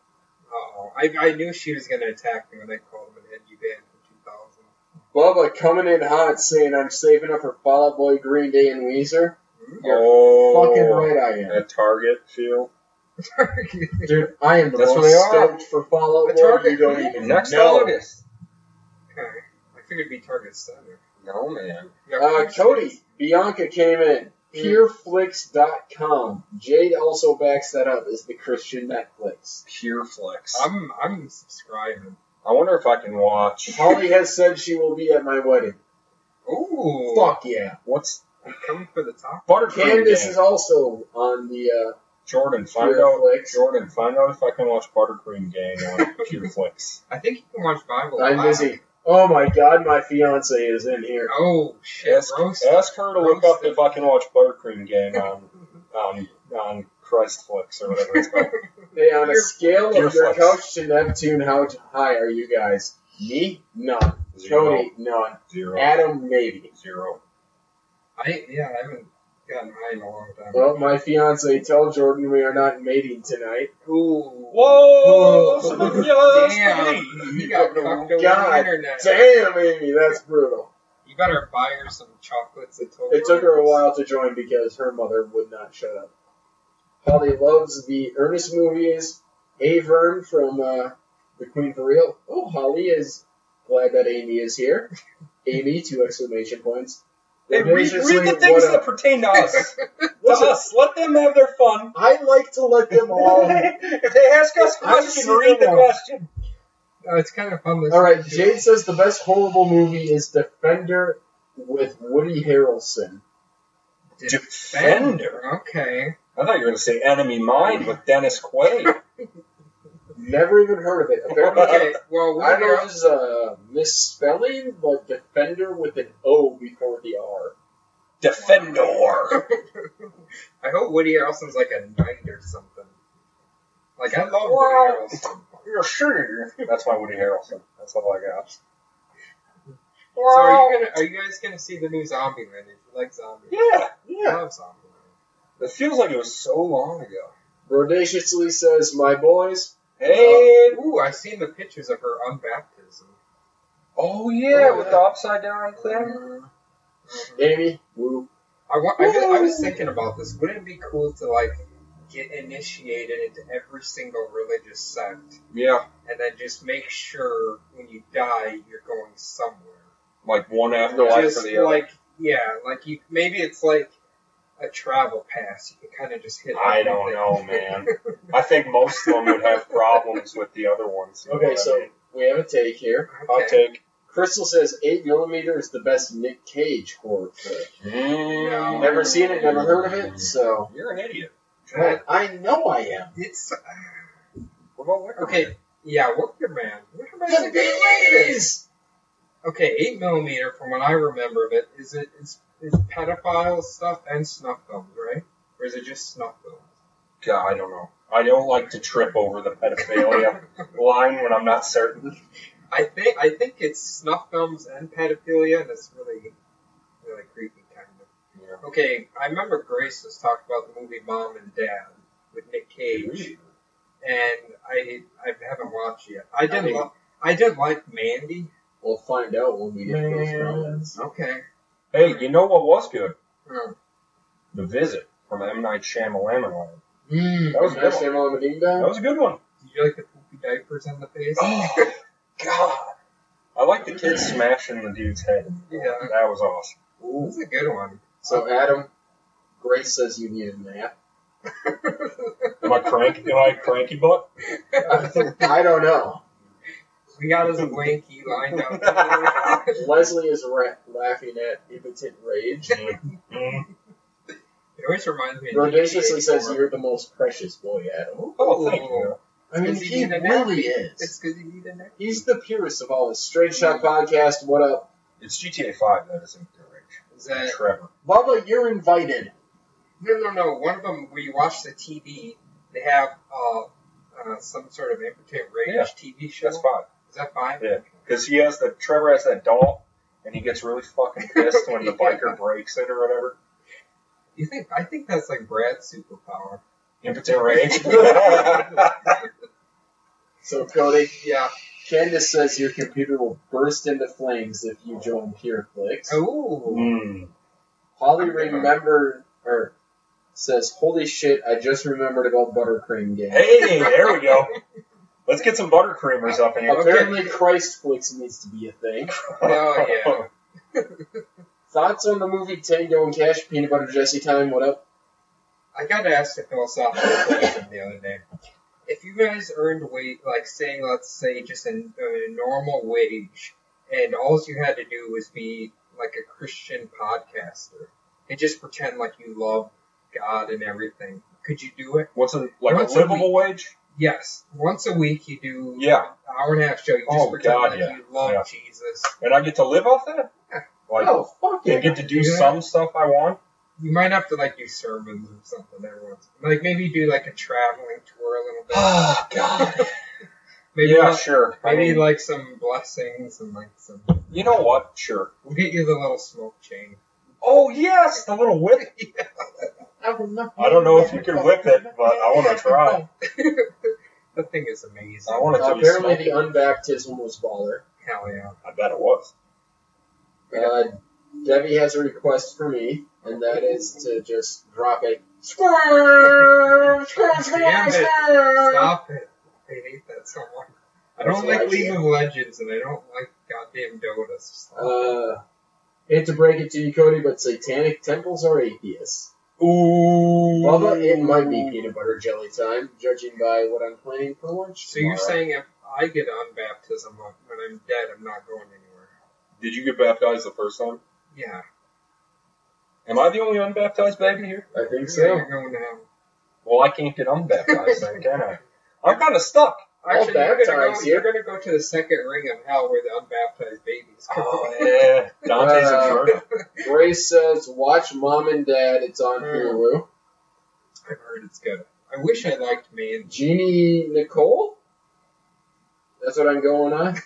B: Oh, I, I knew she was gonna attack me when they called him an edgy band for 2000.
A: Bubba coming in hot saying I'm saving up for Fall Out Boy, Green Day, and Weezer. You're
C: oh,
A: Fucking right I am.
C: That Target feel. Hmm?
B: Oh.
A: Dude, I am the
C: That's
A: most
C: what they are.
A: stoked for Fall Out
B: The
A: Boy.
B: Target,
A: You don't
B: yeah.
A: even
C: Next
A: know.
C: August.
B: Okay, I figured it'd be Target Center.
C: No man.
B: Yeah,
A: Uh,
B: Target
A: Cody, Bianca came in. Pureflix.com. Jade also backs that up as the Christian Netflix.
C: Pure flex.
B: Center. I'm I'm subscribing.
C: I wonder if I can watch.
A: Holly has said she will be at my wedding.
B: Ooh,
A: Fuck yeah.
C: What's
B: I'm coming for the top.
C: Buttercream?
A: Candace
C: Game?
A: is also on the uh,
C: Jordan, find out.
A: Pureflix.
C: Jordan, find out if I can watch Buttercream Gang on Pure Flex.
B: I think you can watch Bible.
A: I'm
B: Lab.
A: busy. Oh my god, my fiance is in here.
B: Oh shit,
C: Ask,
B: roast.
C: ask her to look up if I can watch Buttercream Gang on on on Christ Flex or whatever it's called.
A: Hey, on a
B: Your-
A: scale
C: your
A: of your
C: flex.
A: couch to Neptune, how t- high are you guys? Me? None.
C: Zero,
A: Cody? None.
C: zero,
A: Adam? Maybe.
C: zero.
B: I yeah, I haven't gotten high in a long time.
A: Well, my fiance, tell Jordan we are not mating tonight.
B: Ooh.
C: Whoa!
A: spaghetti,
B: Damn, you got fucked over the
A: Oh, God
B: internet.
A: Damn, Amy, that's brutal.
B: You better buy her some chocolates at Toll
A: It took her a while to join because her mother would not shut up. Holly loves the Ernest movies. Avern from uh, The Queen for Real. Oh, Holly is glad that Amy is here. Amy, two exclamation points.
C: Hey, read, read the
A: Tenaciously,
C: things
A: what
C: that
A: up?
C: pertain to us. to
A: Listen,
C: us. Let them have their fun.
A: I like to let them all.
C: if they ask us a
A: Oh. I
C: question,
A: see
C: read the
A: them all.
C: question.
B: Oh, it's kind of fun.
A: All right,
B: listening to
A: Jade says the best horrible movie is Defender with Woody Harrelson.
B: it.
C: Defender.
B: Okay.
C: I thought you were going to say Enemy Mine with Dennis Quaid.
A: Never even heard of it. Apparently,
B: Okay. Well,
A: I don't know if
B: Woody,
A: this is a misspelling, but Defender with an O before the R.
C: Defendor.
B: I hope Woody Harrelson's like a knight or something. Like I love
C: Wow.
B: Woody Harrelson.
C: You're sure. That's my Woody Harrelson. That's all I got.
B: So are you gonna? Are you guys gonna see the new Zombie Man? If you like Zombie,
C: Yeah.
B: I
A: Yeah.
B: love Zombie
C: It feels like it was so long ago.
A: Rodaciously says, "My boys."
C: Hey.
B: Ooh, I've seen the pictures of her on baptism.
C: Oh, yeah, with the upside down thing.
A: Amy, woo.
B: I, wa- I, was, I was thinking about this. Wouldn't it be cool to like get initiated into every single religious sect,
C: Yeah.
B: and then just make sure when you die you're going somewhere?
C: Like one afterlife
B: just
C: for the other.
B: like yeah, like you maybe it's like a travel pass. You can kind of just hit.
C: I don't know, man. I think most of them would have problems with the other ones. you know
A: Okay,
C: what I
A: so
C: mean?
A: we have a take here.
C: Hot
B: Okay.
C: take.
A: Crystal says eight millimeter is the best Nick Cage horror flick.
C: Mm.
A: Never seen it, never heard of it, so
C: You're an idiot.
A: I, I know I am.
B: It's
C: What about Wicker
B: Okay.
C: Man?
B: yeah, Wicker Man. Wicker Man's
A: The
B: the greatest.
A: Beatles!
B: Okay, eight millimeter. From what I remember of it, is it is, is pedophile stuff and snuff films, right? Or is it just snuff films?
C: God, I don't know. I don't like to trip over the pedophilia line when I'm not certain.
B: I think I think it's snuff films and pedophilia, and it's really really creepy kind of.
C: Yeah.
B: Okay, I remember Grace was talking about the movie Mom and Dad with Nick Cage, and I I haven't watched yet. I didn't lo- I didn't like Mandy.
A: We'll find out when we get those
C: Man.
A: comments.
B: Okay.
C: Hey, you know what was good?
B: Hmm.
C: The Visit from M. Night Shyamalan.
B: Mm.
C: That was a good
A: Nice
C: one.
A: name on the ding
C: That
A: dong.
C: was a good one.
B: Did you like the poopy diapers on the face?
C: Oh, God. I like the kid smashing the dude's head.
B: Yeah.
C: That was awesome.
B: That was a good one.
A: So Adam, Grace says you need a nap.
C: Am I cranky? Am I a cranky butt?
A: I don't know.
B: we got his wanky lined up.
A: Leslie is ra- laughing at impotent rage.
C: Mm, mm.
B: It always reminds me. of
A: Rodaciously
B: GTA
A: says
B: four.
A: you're the most precious boy, Adam.
C: Oh, thank you.
A: I mean,
B: Does he
A: he
B: need a nap?
A: really is.
B: It's because you need a nap.
A: He's the purest of all this. Straight Shot Podcast, what up?
C: It's GTA 5 that isn't the rage.
B: Is that
C: Trevor.
A: Bubba, you're invited.
B: no, no, no? One of them we watch the TV. They have uh, uh some sort of impotent rage
C: Yeah.
B: TV show.
C: That's 5.
B: Is that fine?
C: Yeah. Because he has the, Trevor has that doll, and he gets really fucking pissed when the biker breaks it or whatever.
B: You think? I think that's like Brad's superpower.
C: Impotent rage.
A: So, Cody,
B: Yeah.
A: Candace says your computer will burst into flames if you join Pure Clicks.
B: Oh.
C: mm.
A: Holly remember or says, "Holy shit! I just remembered about buttercream game."
C: Hey, there we go. Let's get some buttercreamers up in here.
A: Apparently, Christ flicks needs to be a thing.
B: Oh yeah.
A: Thoughts on the movie Tango and Cash? Peanut Butter Jesse time. What up?
B: I got asked a philosophical question the other day. If you guys earned wage, like saying, let's say, just a, a normal wage, and all you had to do was be like a Christian podcaster and just pretend like you love God and everything, could you do it?
C: What's a like
B: What's
C: a
B: a
C: livable wage?
B: Yes. Once a week, you do
C: Yeah,
B: an hour and a half show. You just
C: Oh,
B: pretend
C: God,
B: like
C: yeah.
B: you love
C: Yeah.
B: Jesus.
C: and I get to live off that. Like,
A: oh fuck
C: I
A: it!
C: get to do
B: Yeah.
C: some stuff I want.
B: You might have to like do sermons or something every once. Like maybe do like a traveling tour a little bit.
C: Oh God.
B: Maybe
C: yeah,
B: not-
C: sure. I
B: Maybe
C: mean,
B: like some blessings and like some.
C: you know what? Sure.
B: We'll get you the little smoke chain.
C: Oh yes, the little whip.
A: I will not-
C: I don't know if you can whip it, but I want to try.
B: that thing is amazing.
C: I want it to be
A: apparently, the
C: smoking.
A: unbaptism was baller.
B: Hell yeah.
C: I bet it was.
A: Uh, Debbie has a request for me, and that is to just drop a squirm, squirm,
B: Damn it.
A: squirm, squirm.
B: Stop it. I hate that so much. I
A: That's
B: don't
A: what I
B: like League
A: get.
B: of Legends and I don't like goddamn donuts.
A: Uh, hate to break it to you, Cody, but satanic temples are atheists.
C: Ooh.
A: Bubba, it might be peanut butter jelly time, judging by what I'm planning for lunch.
B: So you're
A: tomorrow.
B: saying if I get on baptism when I'm dead, I'm not going anywhere.
C: Did you get baptized the first time?
B: Yeah.
C: Am I the only unbaptized baby here?
A: I
B: Yeah,
A: think so.
B: you're going to hell.
C: Well, I can't get unbaptized then, can I? I'm kind of stuck.
A: I'll
B: Actually, you're gonna, go,
A: baptize you.
B: you're gonna go to the second ring of hell where the unbaptized babies come.
C: yeah. Dante's
A: Uh,
C: Inferno.
A: Grace says, "Watch Mom and Dad. It's on Hulu."
B: I've heard it's good. I wish I liked man.
A: Jeannie Nicole. That's what I'm going on.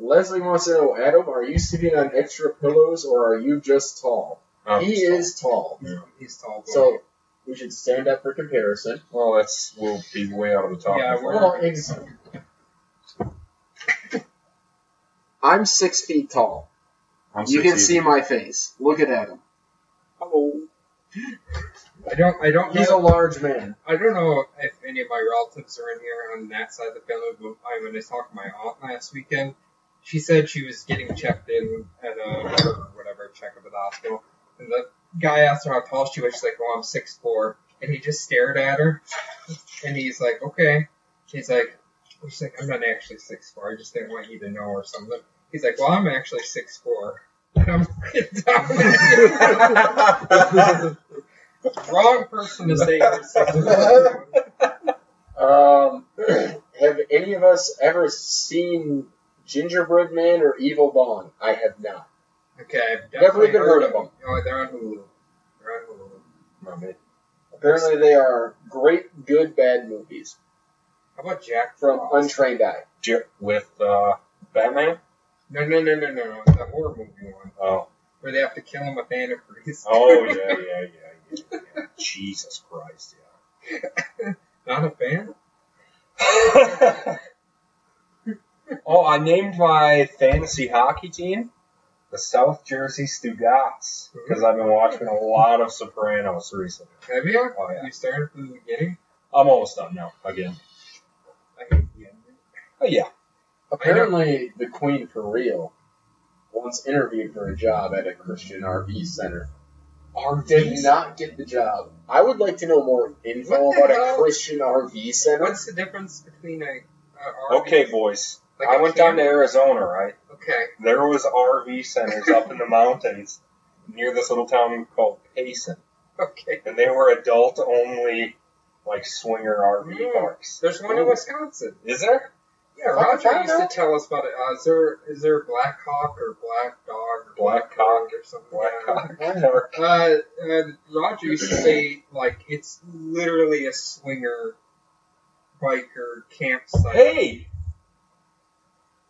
A: Leslie wants to know, Adam, are you sitting on extra pillows or are you just tall?
C: Um,
A: he is tall,
C: Yeah.
B: He's tall. Boy.
A: so we should stand up for comparison.
C: Well, that's we'll be way out of the top.
B: Yeah,
C: of
B: we're-
C: our-
A: Well, ex- I'm six feet tall.
C: I'm
A: You can
C: 6'8".
A: see my face. Look at Adam.
C: Oh.
B: I don't. I don't.
A: He's a
B: know,
A: large man.
B: I don't know if any of my relatives are in here on that side of the family. But I, when I talked to my aunt last weekend, she said she was getting checked in at a whatever checkup at the hospital, and the guy asked her how tall she was. She's like, "Oh, I'm six four. and he just stared at her, and he's like, "Okay." She's like, I'm just like, I'm not actually six four. I just didn't want you to know or something. He's like, well, I'm actually six four. And I'm fucking down. Wrong person to say you're six four.
A: Um, have any of us ever seen Gingerbread Man or Evil Bong? I have not.
B: Okay, I've
A: Never
B: definitely
A: even heard of them.
B: Oh, they're on Hulu. They're on Hulu.
C: Not me.
A: Apparently, they are great, good, bad movies
B: How about Jack
A: from
B: Frost?
A: Untrained Eye.
C: J- With uh, Batman?
B: no, no, no, no, no, no. The horror movie one
C: Oh,
B: where they have to kill him with antifreeze.
C: oh yeah, yeah, yeah, yeah, yeah. Jesus Christ,
B: Not a fan.
C: yeah. oh, I named my fantasy hockey team the South Jersey Stugats because I've been watching a lot of Sopranos recently.
B: Have you?
C: Oh, yeah.
B: You started from the beginning.
C: I'm almost done now. Again.
B: I hate the ending.
C: Oh yeah.
A: Apparently, the Queen for real once interviewed for a job at a Christian RV center. Did not get the job. I would like to know more info
B: What the
A: about a
B: hell?
A: Christian RV center.
B: What's the difference between a, a RV?
C: Okay, boys.
B: Like
C: I
B: a
C: went down
B: camp-
C: to Arizona, right?
B: Okay.
C: There was RV centers up in the mountains near this little town called Payson,
B: Okay.
C: and they were adult-only, like swinger RV
B: Mm.
C: parks.
B: There's
A: Oh.
B: one in Wisconsin.
C: Is there?
B: Yeah,
A: Fucking
B: Roger used
A: China.
B: to tell us about it. Uh, is there is there Black Hawk or Black Dog or
C: Black
B: Dog
C: Hawk.
B: or something?
C: Black
B: Yeah.
C: Hawk. Never.
B: Uh, uh, Roger used to say like it's literally a swinger biker campsite.
C: Hey.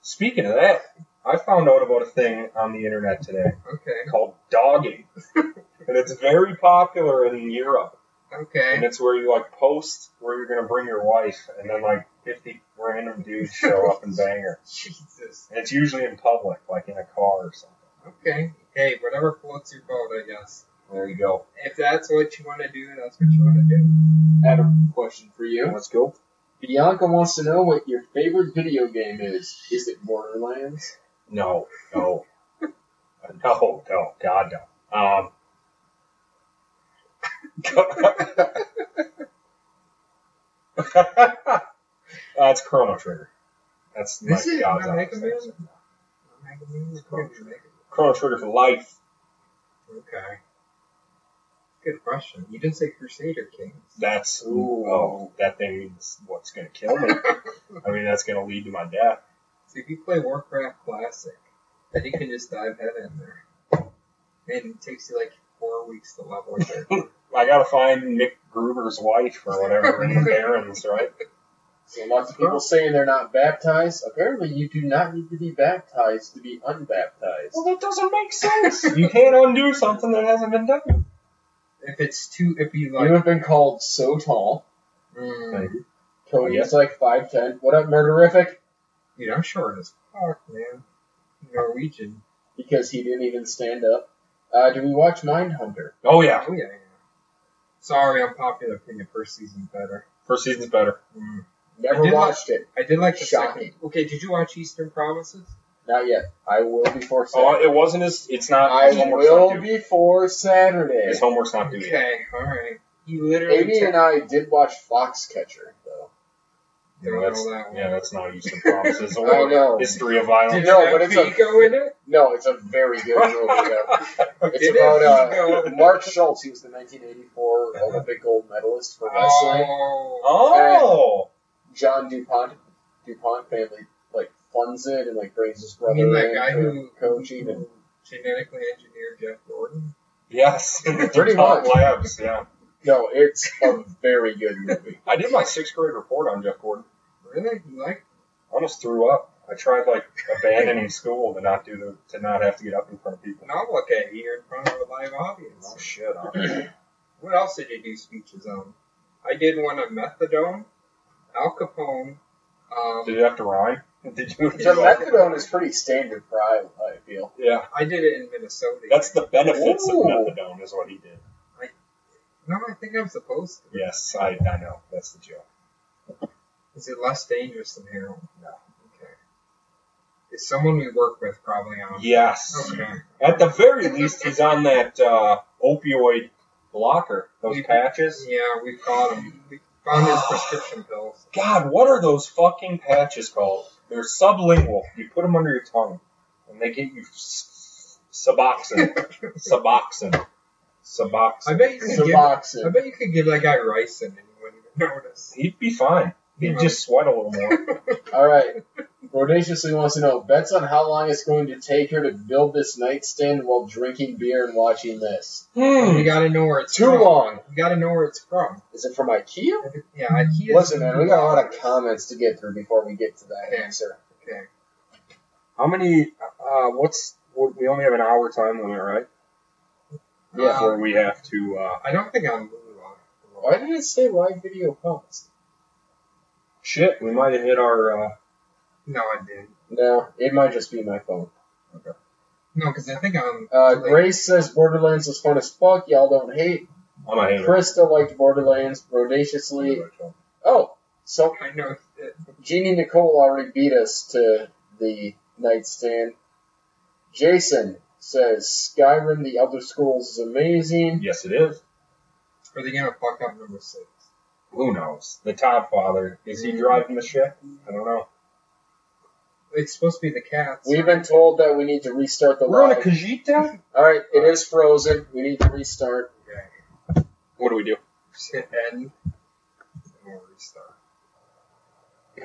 C: Speaking of that, I found out about a thing on the internet today
B: Okay.
C: called dogging, and it's very popular in Europe. And
B: Okay.
C: it's where you like post where you're gonna bring your wife, and then like 50 random dudes show up and bang her.
B: Jesus.
C: And it's usually in public, like in a car or something.
B: Okay. Hey, whatever floats your boat, I guess.
C: There you go.
B: If that's what you want to do, that's what you want to do.
A: Adam, question for you.
C: Let's go.
A: Bianca wants to know what your favorite video game is. Is it Borderlands?
C: No, no, Uh, no, no, God no. Um, that's Chrono Trigger. That's
B: This
C: my
B: is
C: God's
B: not
C: honest
B: Mega Man?
C: answer. Chrono Trigger for life.
B: Okay. Good question. You didn't say Crusader Kings.
C: that's
A: Ooh.
C: oh that thing is what's gonna kill me. I mean that's gonna lead to my death.
B: See, if you play Warcraft Classic, then you can just dive head in there. And it takes you like four weeks to level a character.
C: I gotta find Nick Gruber's wife or whatever in the Barrens, right?
A: So lots of people saying they're not baptized. Apparently, you do not need to be baptized to be unbaptized.
C: Well that doesn't make sense. You can't undo something that hasn't been done.
B: if it's too, if you
A: you
B: like,
A: have been called so tall.
B: mm,
A: Cody
C: Yeah.
A: is like 5'10. What up, murderific?
B: dude, I'm short as fuck, man. Norwegian.
A: Because he didn't even stand up. Uh, do we watch Mindhunter?
C: Oh yeah.
B: Oh yeah, yeah. Sorry, I'm popular opinion. First season's better.
C: First season's better.
B: Mm. I
A: Never
B: did
A: watched it.
B: I did like the
A: Shocking.
B: second. Okay, did you watch Eastern Promises?
A: Not yet. I will before
C: Oh
A: Saturday.
C: it wasn't as it's not
A: I
C: his homework's not
A: will
C: due.
A: before Saturday.
C: His homework's not due
B: Okay,
C: yet.
B: all right. He literally.
A: Amy
B: took-
A: and I did watch Foxcatcher, though.
B: Don't know
C: that's,
B: that one.
C: yeah, that's not Eastern Promises
A: I
C: or
A: know.
C: History of
B: Did
C: Violence.
A: No,
B: that
A: but it's a-
B: Vigo in it?
A: No, it's a very good movie, though. It's
B: Did
A: about
B: it?
A: uh, Mark Schultz. He was the 1984 Olympic gold medalist for wrestling.
B: Oh,
C: Oh
A: John DuPont, DuPont family like funds it and like brings his
B: I
A: brother
B: mean that
A: in
C: uh,
B: guy
A: for
B: who
A: coaching and
B: genetically engineered Jeff Gordon.
C: yes.
A: Pretty
C: Top
A: much.
C: labs, yeah.
A: no, it's a very good movie.
C: I did my sixth grade report on Jeff Gordon.
B: Really? You like?
C: almost threw up. I tried like abandoning school to not do the to not have to get up in front of people.
B: Now look at you in front of a live
C: Oh
B: audience.
C: shit! I'm-
B: What else did you do speeches on? I did one on methadone, Al Capone.
C: Did
B: Um,
C: you have to rhyme? Did you?
A: The methadone is pretty standard for I, I feel.
C: yeah,
B: I did it in Minnesota.
C: that's the benefits
A: Ooh.
C: of methadone is what he did.
B: no. I think I'm supposed to.
C: Yes, I I know that's the joke.
B: Is it less dangerous than heroin?
C: No.
B: Okay. It's someone we work with probably on.
A: Oh,
C: Yes,
B: Okay.
C: at the very least, he's on that uh, opioid blocker. Those
B: We-
C: patches.
B: Yeah, we caught him. We Found his prescription pills.
C: God, what are those fucking patches called? They're sublingual. You put them under your tongue, and they get you s- suboxone, suboxone,
B: I
C: suboxone.
B: bet you could give. I
D: Suboxone.
B: bet you could give that guy ricin and he wouldn't even notice.
C: He'd be fine. He'd just sweat a little more.
D: All
A: All right.
D: right.
A: Rodaciously wants to know bets on how long it's going to take her to build this nightstand while drinking beer and watching this.
B: You gotta know where it's
A: Hmm. Too
B: from.
A: long.
B: You gotta know where it's from.
A: Is it from IKEA?
B: Yeah, IKEA.
A: Listen, man, we got a lot of comments to get through before we get to that
B: Yeah.
A: answer.
B: Okay.
C: How many? Uh, what's? We only have an hour time limit, right?
B: Yeah.
C: Before we have to. Uh,
B: I don't think I'm really long.
A: Why did it say live video comments?
C: shit, we might have hit our. Uh,
B: No, I didn't.
A: No, it might just be my phone.
B: No, because I think I'm.
A: Uh,
B: Like-
A: Grace says Borderlands was fun as fuck. Y'all don't hate.
C: I'm a hater.
A: Krista liked Borderlands. Rodaciously. Oh, so
B: I know. That,
A: Jeannie Nicole already beat us to the nightstand. Jason says Skyrim The Elder Scrolls is amazing.
C: Yes, it is.
B: are they gonna fuck up number six?
C: Who knows? The Todd father is he driving the ship? I don't know.
B: It's supposed to be the cats.
A: We've been told that we need to restart the
C: We're on a
A: live.
C: Kajita.
A: All right, it is frozen. We need to restart.
B: Okay.
C: What do we do?
B: Just hit end. And we'll restart.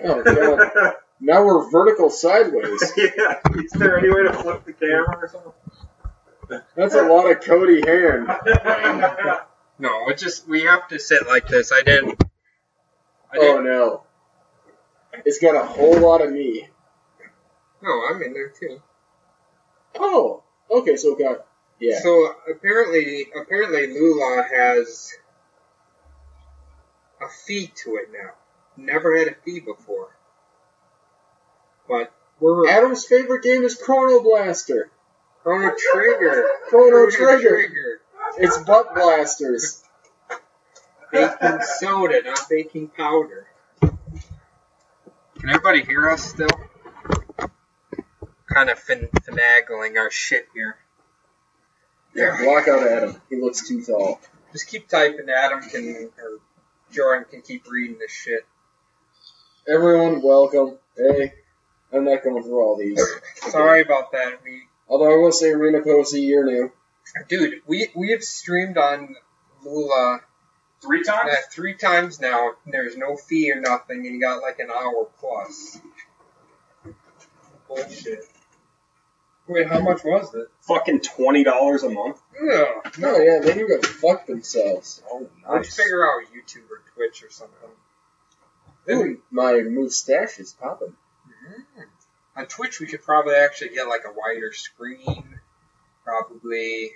A: Oh, God. now we're vertical sideways.
E: yeah. Is there any way to flip the camera or
A: That's a lot of Cody Heron.
E: something?
B: No, it just we have to sit like this. I didn't. I
A: Oh
B: didn't.
A: no. It's got a whole lot of me.
B: No, I'm in there too.
A: Oh, okay, so it got yeah.
B: So apparently, apparently Lula has a feed to it now. Never had a feed before. But we're
A: Adam's favorite game is Chrono Blaster.
B: Chrono Trigger.
A: Chrono Trigger.
B: Trigger.
A: It's butt blasters.
B: Baking soda, not baking powder. Can everybody hear us still? Kind of fin- finagling our shit here. Yeah.
A: Block out Adam. He looks too tall.
B: Just keep typing. Adam can or Jordan can keep reading this shit.
A: Everyone, welcome. Hey, I'm not going through all these.
B: Sorry about that. We
A: Although I will say Arena Post a year new.
B: dude, we we have streamed on Lula
E: Three times?
B: uh, three times now. and There's no fee or nothing, and you got like an hour plus. Bullshit. Wait, how much was it?
E: Fucking twenty dollars a month.
B: Ugh,
A: No, Oh, yeah, they can go fuck themselves.
E: Oh,
B: Let's figure out YouTube or Twitch or something.
A: Ooh, my moustache is popping.
B: On Twitch, we could probably actually get like a wider screen. Probably.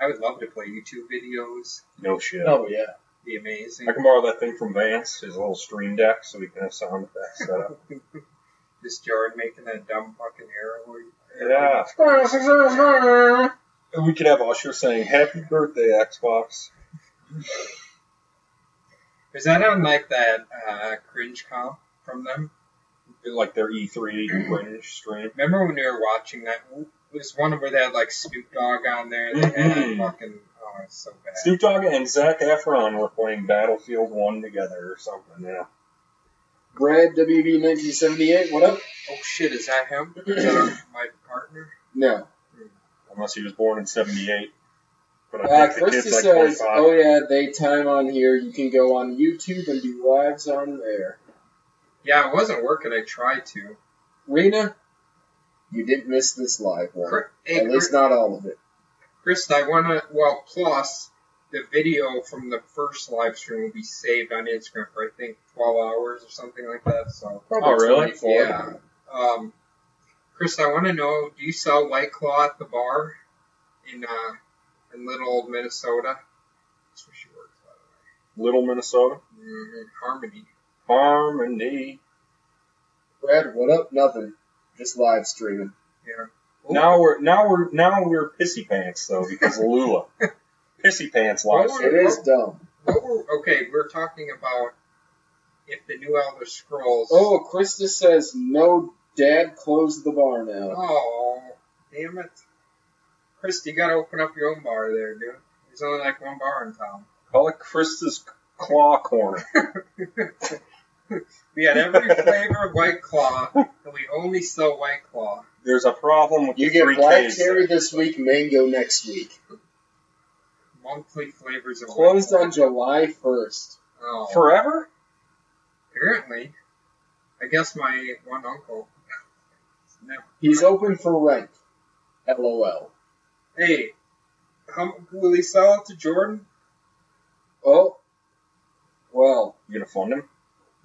B: I would love to play YouTube videos.
C: No shit.
A: Oh yeah.
B: Be amazing.
C: I can borrow that thing from Vance, his little stream deck, so we can have sound effects set up.
B: This Jared making that dumb fucking arrow.
C: Yeah. And we could have Usher saying "Happy Birthday, Xbox."
B: Is that on like that uh, cringe comp from them?
C: Like their E3 British stream.
B: Remember when we were watching that? It was one where they had like Snoop Dogg on there. They
C: Mhm.
B: had
A: Mm-hmm.
B: fucking oh, it's so bad.
C: Snoop Dogg and Zach Efron were playing Battlefield One together or something. Yeah.
A: Brad WB1978. What up?
B: Oh shit, is that him? Is that my partner?
A: No.
C: Unless he was born in '78.
A: Uh,
C: But I think the
A: Krista
C: kid's like
A: says,
C: 25.
A: "Oh yeah, they time on here. You can go on YouTube and do lives on there."
B: Yeah, it wasn't working. I tried to.
A: Rena, you didn't miss this live one.
B: Cr- hey,
A: At least not all of it.
B: Chris, I want to. Well, plus the video from the first live stream will be saved on Instagram for I think 12 hours or something like that. So
C: Oh, really?
A: 24.
B: Yeah. Um, Chris, I want to know: Do you sell White Claw at the bar in uh, in little old Minnesota? That's where she works. By
C: Little Minnesota
B: the way. Mm, Harmony.
C: Harmony.
A: Brad, what up? Nothing. Just live streaming.
B: Yeah.
C: Now we're now we're now we're pissy pants though because of Lula. Pissy pants live.
B: What
A: It is dumb.
B: What were, okay, we're talking about if the new Elder Scrolls.
A: Oh, Krista says no. Dad closed the bar now.
B: Oh, damn it, Chris! You gotta open up your own bar there, dude. There's only like one bar in town.
C: Call it Krista's claw corner.
B: We had every flavor of White Claw, and we only sell White Claw.
C: There's a problem with
A: You
C: the
A: get
C: three
A: black
C: Ks
A: cherry
C: there.
A: this week, mango next week.
B: Monthly flavors of
A: Closed
B: White
A: on July first.
B: Claw. Oh,
C: forever.
B: apparently, I guess my one uncle. Never.
A: He's open for rent. LOL.
B: Hey, how, will he sell it to Jordan?
A: Oh, well,
C: You gonna fund him?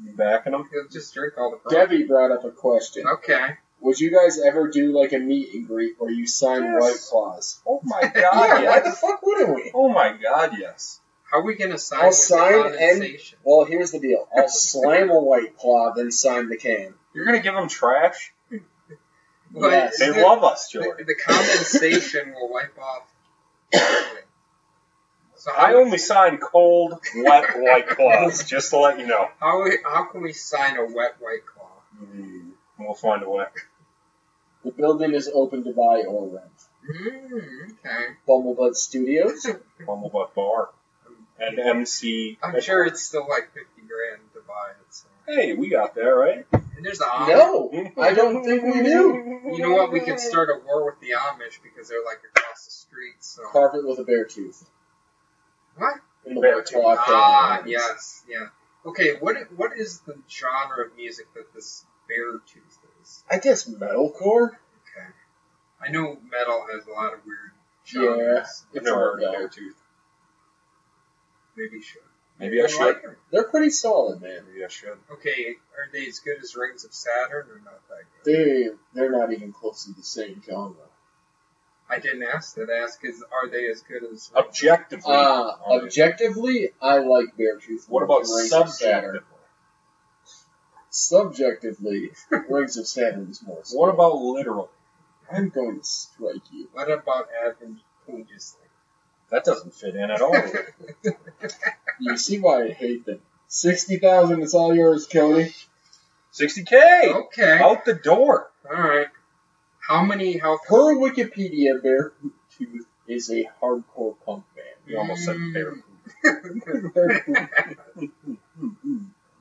C: You backing him?
B: He'll just drink all the product.
A: Debbie brought up a question.
B: Okay.
A: Would you guys ever do like a meet and greet where you sign
C: Yes.
A: white claws? Ah,
C: Oh my god!
B: Yeah,
A: why
C: yes.
A: the fuck wouldn't we?
C: Oh my god! Yes.
B: How are we gonna sign?
A: I'll
B: with
A: sign
B: the
A: and-
B: condensation?
A: Well, here's the deal. I'll slam a white claw, then sign the can.
C: You're gonna give him trash.
B: But
A: Yes.
C: They
B: the,
C: love us,
B: the,
C: Jordan.
B: the condensation will wipe off. everything. So
C: I
B: how,
C: only sign cold, wet white claws. Just to let you know.
B: how we- how can we sign a wet white claw?
C: Mm, We'll find a way.
A: The building is open to buy or rent.
B: Mm, okay.
A: Bumblebud Studios.
C: Bumblebutt Bar and MC.
B: I'm sure it's still like fifty grand to buy it. So.
C: Hey, we got there right.
B: And there's the Amish.
A: No, I don't think we do.
B: You know what? We could start a war with the Amish because they're like across the street. So
A: Carve it with a bear tooth.
B: What?
A: In the
C: Bear
A: white
C: tooth.
A: claw
B: ah,
A: family.
B: yes, yeah. Okay, what i- what is the genre of music that this Bear Tooth is?
A: I guess metalcore.
B: Okay. I know metal has a lot of weird
A: Yeah.
B: genres.
C: I've
A: It's
C: never
A: all
C: heard of
A: about-
C: Beartooth.
B: Maybe should.
C: Maybe I
B: You
C: should.
B: like 'em?
A: They're pretty solid, man.
C: Maybe I should.
B: Okay, are they as good as Rings of Saturn or not that good?
A: They they're not even close to the same genre.
B: I didn't ask that. I asked is are they as good as
C: Oh. Objectively.
A: Uh,
C: are they-
A: objectively, I like bear tooth.
C: what
A: more
C: about
A: than Rings of
C: subjectively?
A: Saturn. Subjectively, Rings of Saturn is more.
C: What about literal?
A: I'm going to strike you.
B: What about advantageously?
C: That doesn't fit in at all.
A: You see why I hate them. Sixty thousand. It's all yours, Cody.
C: 60k
B: okay.
C: out the door.
B: All right. How many health?
A: Per Wikipedia, Bear Tooth is a hardcore punk band.
C: You almost said
B: Mm.
C: bear.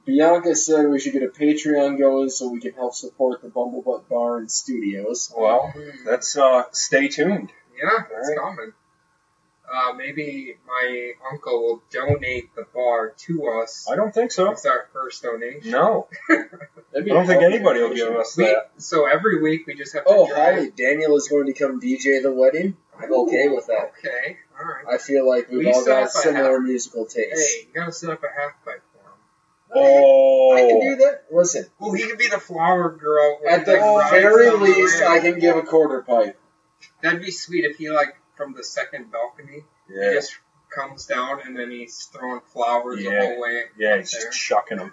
A: Bianca said we should get a Patreon going so we can help support the Bumblebutt Bar and Studios.
C: Well,
B: Mm,
C: that's uh. Stay tuned.
B: yeah, that's
C: Alright.
B: common. Uh, maybe my uncle will donate the bar to us.
C: I don't think so.
B: It's our first donation.
C: No,
A: That'd
C: I
A: be
C: don't
A: a
C: think
A: healthy
C: anybody will
A: donation.
C: give us
B: We,
C: that.
B: so every week we just have to.
A: Oh,
B: drive-
A: hi! Daniel is going to come DJ the wedding. I'm okay with that.
B: Okay, all right.
A: I feel like we've
B: We
A: all
B: set
A: got
B: up a
A: similar musical tastes.
B: Hey, you gotta set up a half pipe for him.
A: I can
C: Oh,
A: do that. Listen,
B: Well, he could be the flower girl. where
A: at
B: he,
A: the
B: like, rides
A: very
B: on the
A: least, I
B: rail.
A: can give a quarter pipe.
B: That'd be sweet if he like from the second balcony. He
C: yeah,
B: just comes down and then he's throwing flowers
C: Yeah.
B: the whole way.
C: yeah. He's
B: There.
C: just chucking them.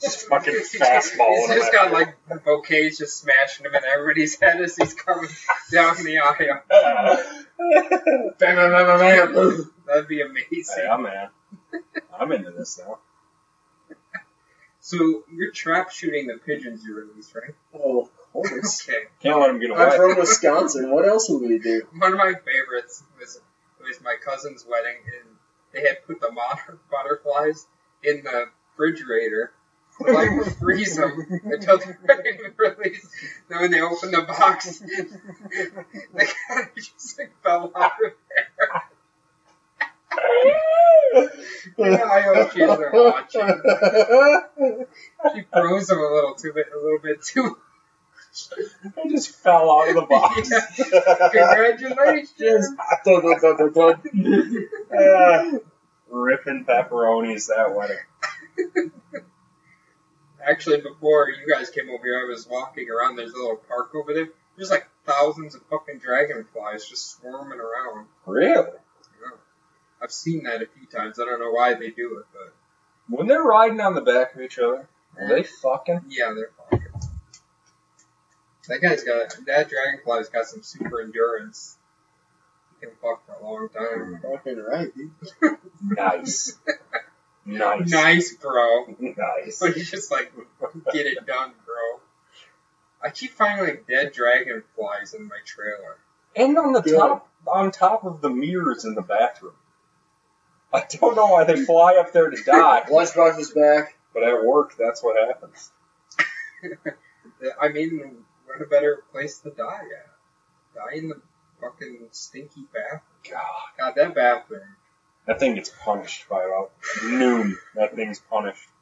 C: Just fucking
B: He's just-
C: fastballing
B: He's just
C: him.
B: got like bouquets just smashing him in everybody's head as he's coming down the aisle.
A: Bam, bam, bam, bam, bam.
B: That'd be amazing.
C: Hey, I'm in. I'm into this now.
B: So you're trap shooting the pigeons you released, right?
A: Oh, of course.
B: Okay.
C: Can't let him get
A: I'm
C: away.
A: from Wisconsin. What else would we do?
B: One of my favorites was was my cousin's wedding, and they had put the mon- butterflies in the refrigerator, to, like freeze them until they're ready to release. Then when they opened the box, they kind of just like fell out of there. Yeah, I hope she isn't watching. She froze them a little too bit, a little bit too.
C: I just fell out of the box.
B: Congratulations.
C: Ah, ripping pepperonis that wedding.
B: Actually, before you guys came over here, I was walking around. There's a little park over there. There's like thousands of fucking dragonflies just swarming around.
C: Really?
B: I've seen that a few times. I don't know why they do it, but
C: When they're riding on the back of each other, are they fucking?
B: yeah, they're fine. That guy's got that dragonfly's got some super endurance. He can fuck for a long time.
A: Fucking right, dude.
C: Nice. Nice.
B: Nice, bro.
C: Nice.
B: So he's just like, get it done, bro. I keep finding like dead dragonflies in my trailer.
C: And on the
A: Good.
C: top, on top of the mirrors in the bathroom. I don't know why they fly up there to die,
A: Lunchbox is back.
C: but at work, that's what happens.
B: I mean, what a better place to die at? Die in the fucking stinky bath.
C: God,
B: God, that bathroom.
C: that thing gets punished by about noon. That thing's punished.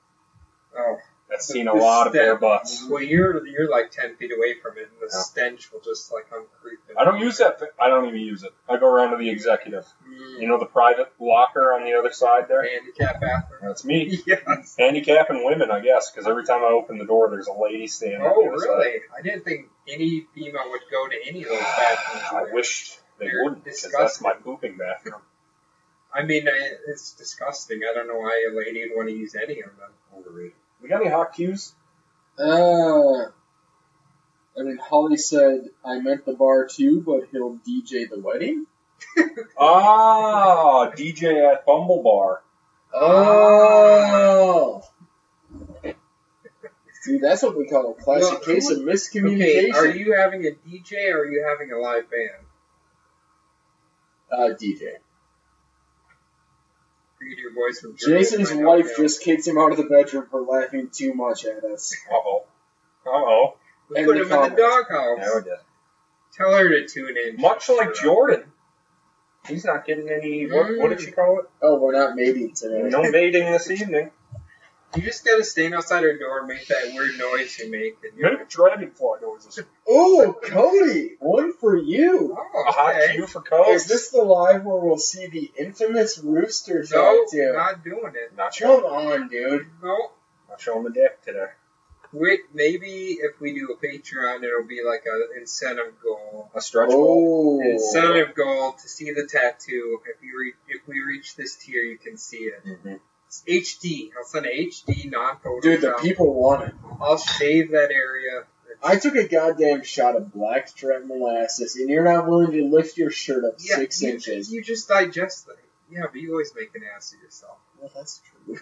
B: Oh,
C: I've seen a lot of bare butts.
B: Well, you're you're like ten feet away from it, and the
C: Yeah.
B: stench will just like come creeping.
C: I don't use that. fi- I don't even use it. I go around to the executive.
B: Mm,
C: You know the private locker on the other side there?
B: handicap bathroom.
C: That's me.
B: Yes.
C: Handicap and women, I guess, because every time I open the door, there's a lady standing. on
B: Oh,
C: the other side.
B: really? I didn't think any female would go to any of those bathrooms.
C: I wish they
B: They're
C: wouldn't, because that's
B: disgusting.
C: my pooping bathroom.
B: I mean, I, it's disgusting. I don't know why a lady would want to use any of them.
C: Overrated. We got any hot cues?
A: Uh, I mean, Holly said I meant the bar too, but he'll DJ the wedding.
C: Ah, DJ at Bumble Bar.
A: Oh, dude, that's what we call a classic
B: No,
A: case of
B: Okay,
A: miscommunication.
B: are you having a DJ or are you having a live band?
A: uh, DJ.
B: You do your voice from Germany,
A: Jason's
B: find out,
A: wife
B: you know.
A: just kicked him out of the bedroom for laughing too much at us.
C: Uh oh. Uh oh.
B: We
A: and
B: put
A: the
B: him in the
A: comments.
B: doghouse.
C: did.
B: Tell her to tune in.
C: Much like
B: Sure.
C: Jordan. He's not getting any. What, what did she call it?
A: Oh, we're not mating today.
C: No mating this evening.
B: You just gotta stand outside her door and make that weird noise you make. And you're
C: Make dragonfly noises.
A: Oh, Cody, one for you.
C: A
B: oh,
C: hot
B: okay.
C: cue for Cubs.
A: Is this the live where we'll see the infamous rooster
B: No,
A: talk to?
B: not doing it.
C: Not showing,
A: Come on, dude.
B: No.
C: not showing the dick today.
B: Wait, maybe if we do a Patreon, it'll be like an incentive goal.
C: A stretch goal.
A: Oh,
B: Incentive goal to see the tattoo. If you re- if we reach this tier, you can see it.
A: Oh.
C: Mhm.
B: It's HD. I'll send a HD non
A: dude, the people want it.
B: I'll shave that area.
A: I took a goddamn shot of black strap molasses, and you're not willing to lift your shirt up
B: Yeah,
A: six
B: you,
A: inches.
B: You just digest it. Yeah, but you always make an ass of yourself.
A: Well, that's true.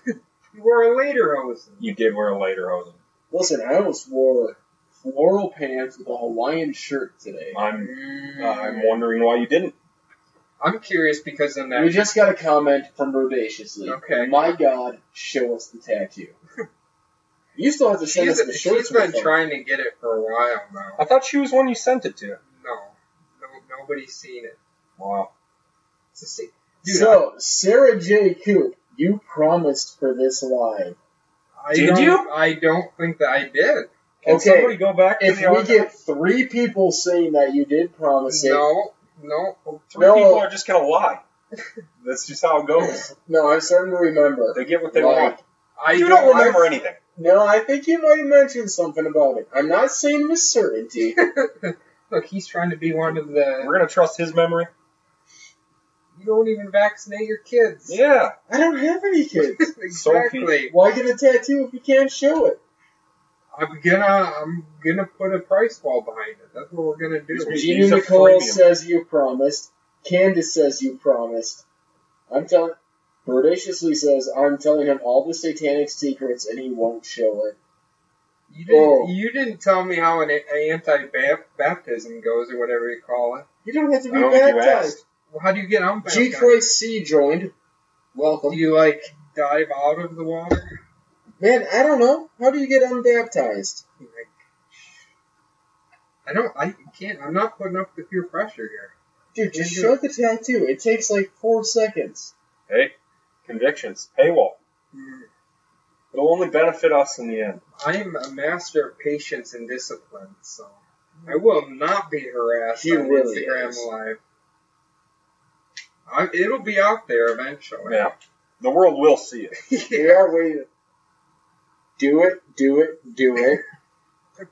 B: You were a later hosen.
C: You did wear a later hosen.
A: Listen, I almost wore floral pants with a Hawaiian shirt today.
C: I'm uh, I'm
A: Mm.
C: wondering why you didn't.
B: Uh, I'm curious because in that
A: We just got a comment from Rodaciously.
B: Okay.
A: My God, show us the tattoo. you still have to send
B: she's,
A: us the shirts.
B: she's been
A: with them.
B: trying to get it for a while now.
C: I thought she was one you sent it to.
B: No, no nobody's seen it.
C: Wow.
B: It's a se- Dude,
A: So, Sarah J. Coop, you promised for this live.
B: I
C: Did
B: don't-
C: you?
B: I don't think that I did.
C: Can
A: Okay,
C: somebody go back to
A: If
C: the
A: we
C: archive?
A: get three people saying that you did promise it,
B: No, no.
C: Three
A: No.
C: people are just gonna lie. That's just how it goes.
A: no, I'm starting to remember.
C: They get what they
A: Lie.
C: want.
B: I
C: you don't
B: I-
C: remember anything.
A: No, I think you might have mentioned something about it. I'm not saying with certainty.
B: Look, he's trying to be one of the.
C: We're gonna trust his memory.
B: You don't even vaccinate your kids.
C: Yeah.
A: I don't have any kids.
B: exactly.
A: Why get a tattoo if you can't show it?
B: I'm gonna I'm gonna put a price wall behind it. That's what we're gonna do.
C: Excuse me.
A: Gina
C: He's a
A: Nicole
C: premium.
A: says you promised. Candace says you promised. I'm telling. Verdaciously says I'm telling him all the satanic secrets and he won't show it.
B: You didn't,
A: Oh.
B: you didn't tell me how an a- anti-baptism goes or whatever you call it.
A: You don't have to
C: I
A: be
C: don't think you
A: baptized.
C: asked.
B: Well, how do you get unbaptized?
A: G. Christ C. joined.
B: Do
A: Welcome,
B: you like dive out of the water?
A: man. I don't know. How do you get unbaptized?
B: Like, I don't. I can't. I'm not putting up the peer pressure here.
A: Dude, just
B: Mhm.
A: show the tattoo. It takes like four seconds.
C: Hey, convictions. Paywall.
B: Mm.
C: It'll only benefit us in the end.
B: I am a master of patience and discipline, so I will not be harassed
A: He
B: on
A: really
B: Instagram
A: is.
B: Live. I, it'll be out there eventually.
C: Yeah. The world will see it.
A: We are waiting. Do it, do it, do it.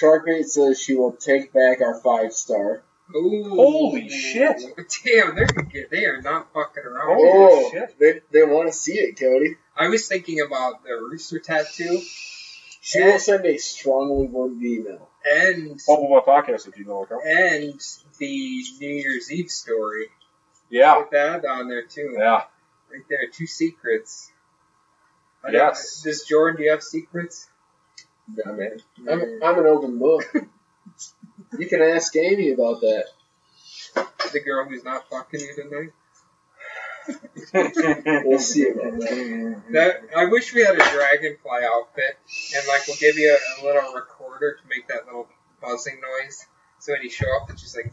A: Sharkbait says she will take back our five star.
B: Ooh.
C: Holy shit.
B: Damn, they're they are not fucking around.
C: Holy
A: oh,
C: shit.
A: they, they want to see it, Cody.
B: I was thinking about the rooster tattoo
A: She
C: Eh.
A: will send a strongly worded email.
B: and
C: Bubble Butt Podcast if you go look up.
B: and the New Year's Eve story.
C: Yeah.
B: Put that on there too.
C: Yeah.
B: Right there, two secrets. I don't-
C: Yes.
B: Does Jordan? Do you have secrets?
A: I mean, I'm, I'm an open book. you can ask Amy about that.
B: The girl who's not fucking you tonight.
F: We'll see about that.
B: That I wish we had a dragonfly outfit, and like we'll give you a, a little recorder to make that little buzzing noise. So when you show up, it's just like.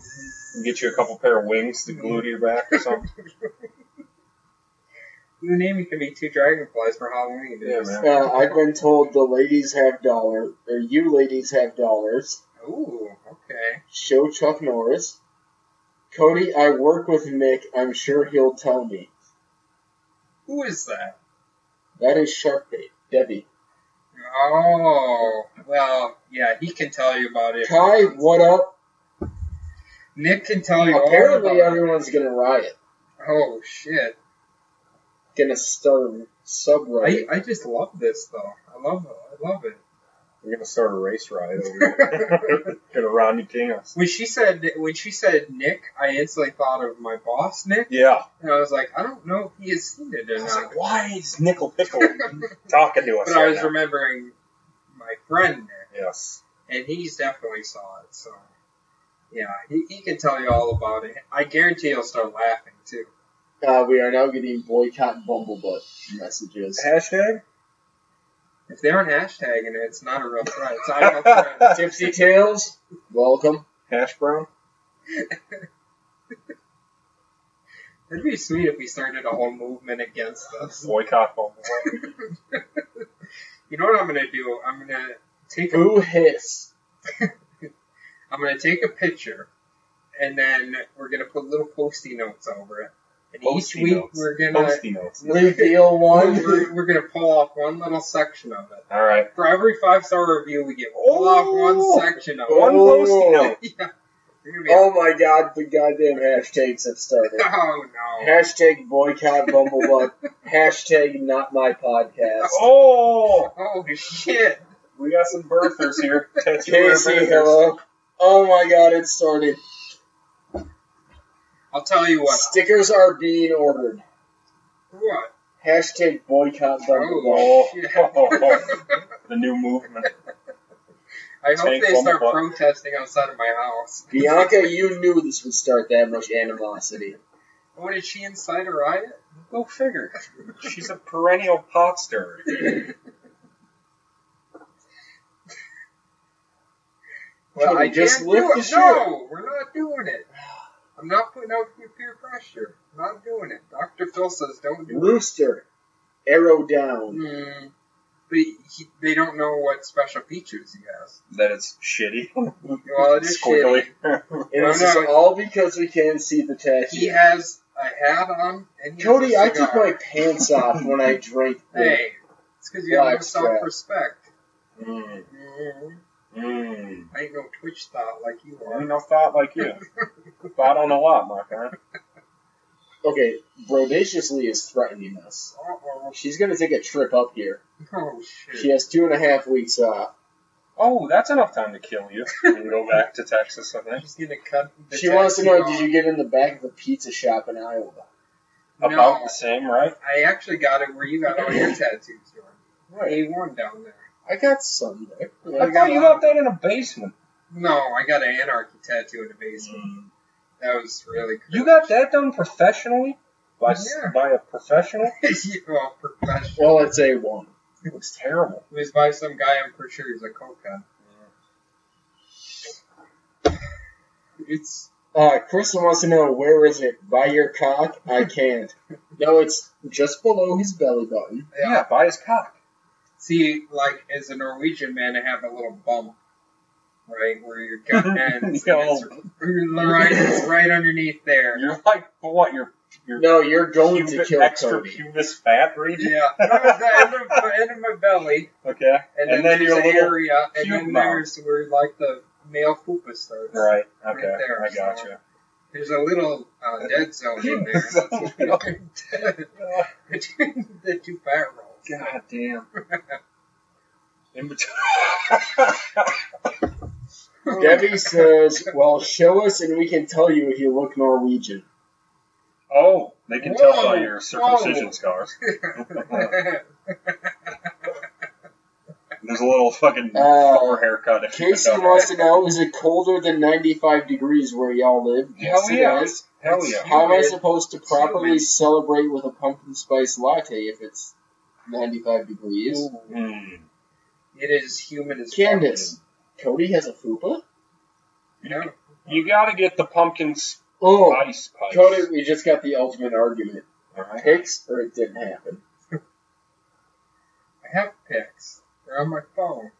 C: And get you a couple pair of wings to glue to your back or something.
B: The name can be two dragonflies for Halloween.
C: Yeah, man.
A: Uh, I've been told the ladies have dollars, or you ladies have dollars.
B: Ooh, okay.
A: Show Chuck Norris. Cody, I work with Mick. I'm sure he'll tell me.
B: Who is that?
A: That is Sharkbait, Debbie.
B: Oh, well, yeah, he can tell you about it.
A: Kai, what up?
B: Nick can
C: Oh,
B: tell you
A: Apparently,
B: all about it.
A: everyone's gonna riot,
B: Oh, shit.
A: gonna start subreddit.
B: I, I just love this, though. I love it. I love it.
C: We're gonna start a race riot over here. gonna Rodney King us.
B: When she said when she said Nick, I instantly thought of my boss Nick,
C: Yeah.
B: and I was like, I don't know if he has seen it or
C: I was
B: not.
C: like, why is Nickel Pickle talking to us?
B: but I
C: right
B: was
C: now?
B: remembering my friend Nick,
C: yes.
B: and he's definitely saw it. So yeah, he, he can tell you all about it. I guarantee he'll start laughing too.
A: uh, we are now getting boycott Bumblebutt messages.
C: Hashtag?
B: If they aren't hashtagging it, it's not a real threat. It's not a real threat.
A: Tipsy Tails, welcome.
C: Hash brown?
B: It'd be sweet if we started a whole movement against this.
C: Boycott Bumble.
B: You know what I'm gonna do? I'm gonna take a
A: Boo hiss.
B: I'm gonna take a picture, and then we're gonna put little posty notes over it. And
C: Post-it
B: each week
C: notes.
B: we're gonna
C: Posty notes.
A: Reveal one.
B: we're, we're gonna pull off one little section of it.
C: All right.
B: For every five star review, we get pull
C: Oh!
B: off one section of it.
C: One Posty note.
B: yeah. We're gonna be
A: Oh my god, the goddamn hashtags have started.
B: oh no.
A: Hashtag boycott Bumblebutt. Hashtag not my podcast.
C: Oh!
B: Oh shit.
C: We got some birthers here. Tattoo
A: Casey,
C: birthers.
A: hello. Oh my god, it started.
B: I'll tell you what.
A: Stickers are being ordered.
B: What?
A: Hashtag boycott Bumblebutt.
B: Oh,
C: Oh.
B: shit.
C: The new movement.
B: I hope
C: Tank
B: they
C: on
B: start
C: the butt.
B: protesting outside of my house.
A: Bianca, you knew this would start that much animosity.
B: What Oh, did she incite a riot?
C: Go figure. She's a perennial potster.
B: Well,
A: Can we
B: I
A: just
B: just
A: lift
B: do
A: the
B: it.
A: shirt?
B: No, we're not doing it. I'm not putting out your peer pressure. I'm not doing it. Dr. Phil says don't do it.
A: Rooster, arrow down.
B: Mm, but he, they don't know what special features he has.
C: That it's shitty.
B: Well, it is
C: Squiggly.
B: shitty.
A: And this
B: No,
A: is
B: no.
A: all because we can't see the
B: He
A: tattoo.
B: has a hat on and he
A: Cody, I
B: has a
A: took
B: cigar.
A: my pants off when I drank the
B: Hey, it's because you have no
A: Black strap.
B: self-respect.
C: Mm.
B: Mm,
C: Mm.
B: I ain't no Twitch thought like you
A: Mm-hmm.
C: Ain't
B: are.
C: no thought like you. thought on a lot, my guy.
A: Okay, Brodaciously is threatening us.
B: Uh-oh.
A: She's gonna take a trip up here.
B: Oh,
A: She
B: shit.
A: has two and a half weeks off.
C: Oh, that's enough time to kill you and go back to Texas, I think.
B: She's going to cut the
A: she wants to
B: tattoo
A: know, did
B: off.
A: you get in the back of the pizza shop in Iowa?
C: About
B: No.
C: the same, right?
B: I actually got it where you got all your tattoos, Jordan. A1 down there.
A: I got some there.
C: I thought you left that in a basement.
B: No, I got an anarchy tattoo in the basement.
C: Hmm.
B: That was really cool.
C: You got that done professionally? By, s
B: Yeah.
C: by a professional?
B: well, professional.
A: Well, it's A1.
C: It was terrible.
B: It was by some guy I'm pretty sure he's a cokehead. It's
A: Uh, Kristen wants to know, where is it? By your cock? I can't. no, it's just below his belly button.
B: yeah.
C: Yeah, by his cock.
B: See, like as a Norwegian man, I have a little bump, right where your gut ends.
C: Yeah,
B: and it's right, it's right underneath there.
C: You're like, what, you're
A: No, you're going to
C: pubic-
A: kill
C: extra
A: Cody.
C: pubis fat region?
B: Yeah, the end of, the end of my belly.
C: Okay.
B: And, then,
C: And then
B: there's
C: your
B: an
C: little
B: area, and
C: cube
B: then
C: mouth.
B: there's where like the male pupa starts.
C: Right,
B: Right
C: okay,
B: there,
C: I got
B: so- There's a little uh, dead zone in there
C: you.
B: between the two fat rolls.
C: God damn. In between.
A: Debbie says, well, show us and we can tell you if you look Norwegian.
C: oh, they can tell by
B: Whoa,
C: your circumcision
B: whoa.
C: scars. There's a little fucking
A: Uh,
C: farmer haircut. If you
A: Casey
C: don't
A: wants to know: Is it colder than 95 degrees where y'all live? Yes,
B: Hell Oh, yeah.
A: it is.
B: Hell yeah.
A: How am I supposed to properly
B: Humid.
A: celebrate with a pumpkin spice latte if it's 95 degrees?
B: Ooh,
C: Mm.
B: It is humid as fuck.
A: Candace, Cody has a fupa.
B: No,
C: You gotta get the pumpkin spice
A: Oh,
C: pipes.
A: Cody, we just got the ultimate argument:
B: all right.
A: picks or it didn't happen.
B: I have pics. They're on my phone,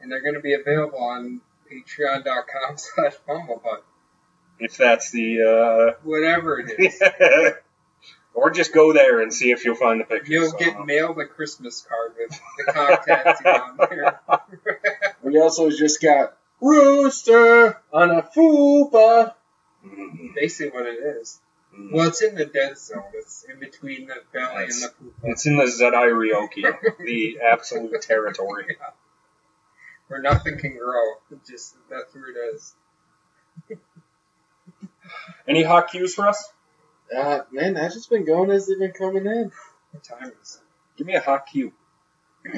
B: and they're going to be available on patreon.com slash bumblebutt.
C: if that's the.
B: Whatever it is.
C: Uh, or just go there and see if you'll find the pictures. Uh-huh.
B: You'll get mailed a Christmas card with the contacts on there.
A: We also just got rooster on a fupa.
C: Mm.
B: Basically what it is.
C: Mm.
B: Well, it's in the dead zone. It's in between the valley and the poop.
C: It's in the Zedai Ryoki, the absolute territory.
B: Where nothing can grow. It just That's where it is.
C: Any hot cues for us?
A: Uh, man, that's just been going as they've been coming in.
B: What time is
C: Give me a hot cue.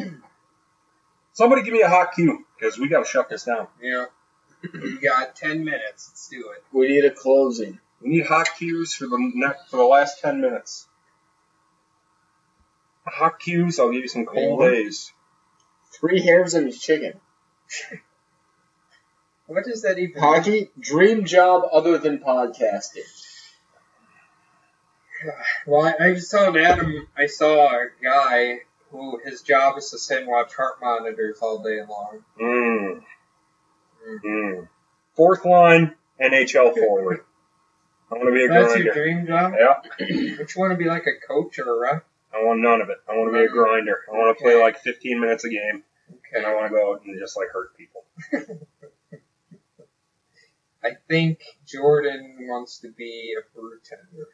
C: Somebody give me a hot cue, because we gotta shut this down.
B: it? You know, you got 10 minutes. Let's do it.
A: We need a closing.
C: We need hot cues for the ne- for the last ten minutes. Hot cues. I'll give you some cold
A: Anyone?
C: A's.
A: Three hams and a chicken.
B: What does that even
A: Hockey, dream job other than podcasting.
B: Well, I, I just saw an Adam. I saw a guy who his job is to sit and watch heart monitors all day long.
C: Mm. Mm. Fourth line NHL forward. I want to be a
B: That's your
C: grinder.
B: dream job.
C: Yeah,
B: Which one to be like a coach or a ref?
C: I want none of it. I want to be a grinder. I want to play
B: Okay.
C: like 15 minutes a game, and I
B: Okay.
C: want to go out and just like hurt people.
B: I think Jordan wants to be a bartender.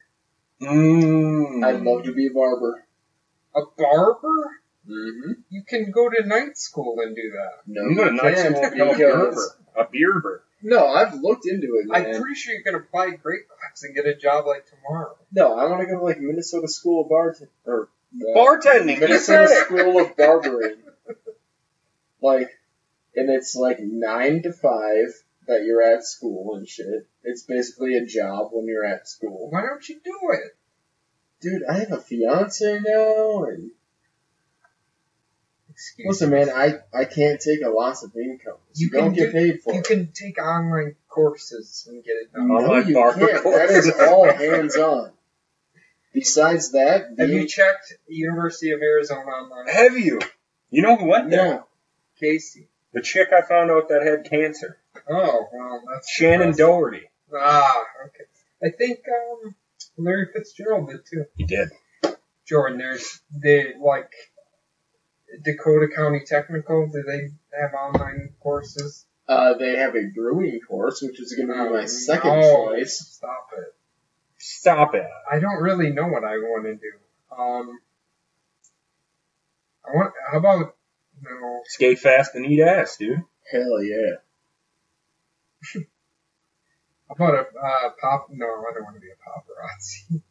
C: Mm.
A: I'd love to be a barber.
B: A barber?
A: Mm-hmm.
B: You can go to night school and do that.
A: No,
C: I'm going to night
A: can't
C: school and become a
A: because-
C: beerber. A beerber.
A: No, I've looked into it,
B: I'm
A: man.
B: pretty sure you can apply grade class and get a job like tomorrow.
A: no, I want to go to like Minnesota School of Bartending or uh,
C: Bartending. You
A: Minnesota
C: said it.
A: School of Barbering. Like, and it's like nine to five that you're at school and shit. It's basically a job when you're at school.
B: Why don't you do it?
A: Dude, I have a fiance now, and
B: Excuse
A: listen, man, I I can't take a loss of income.
B: You
A: You
B: can
A: don't get
B: do-
A: paid for
B: You
A: it.
B: can take online courses and get it done.
C: No.
A: No,
C: Online
A: you
C: bar
A: can't. That
C: courses.
A: is all hands on. Besides that,
B: Have you
A: the-
B: checked University of Arizona online?
C: Have you? You know who went there?
A: no,
B: Casey.
C: The chick I found out that had cancer.
B: Oh, well, that's
C: Shannon
B: depressing.
C: Doherty.
B: Ah, okay. I think um, Larry Fitzgerald did too.
C: He did.
B: Jordan, there's the like Dakota County Technical. Do they have online courses?
A: uh, they have a brewing course, which is going to be my second
B: Oh, No,
A: choice.
B: Stop it!
C: Stop it.
B: I don't really know what I want to do. Um, I want. How about no?
C: Skate fast and eat ass, dude.
A: Hell yeah!
B: How about a uh, pop? No, I don't want to be a paparazzi.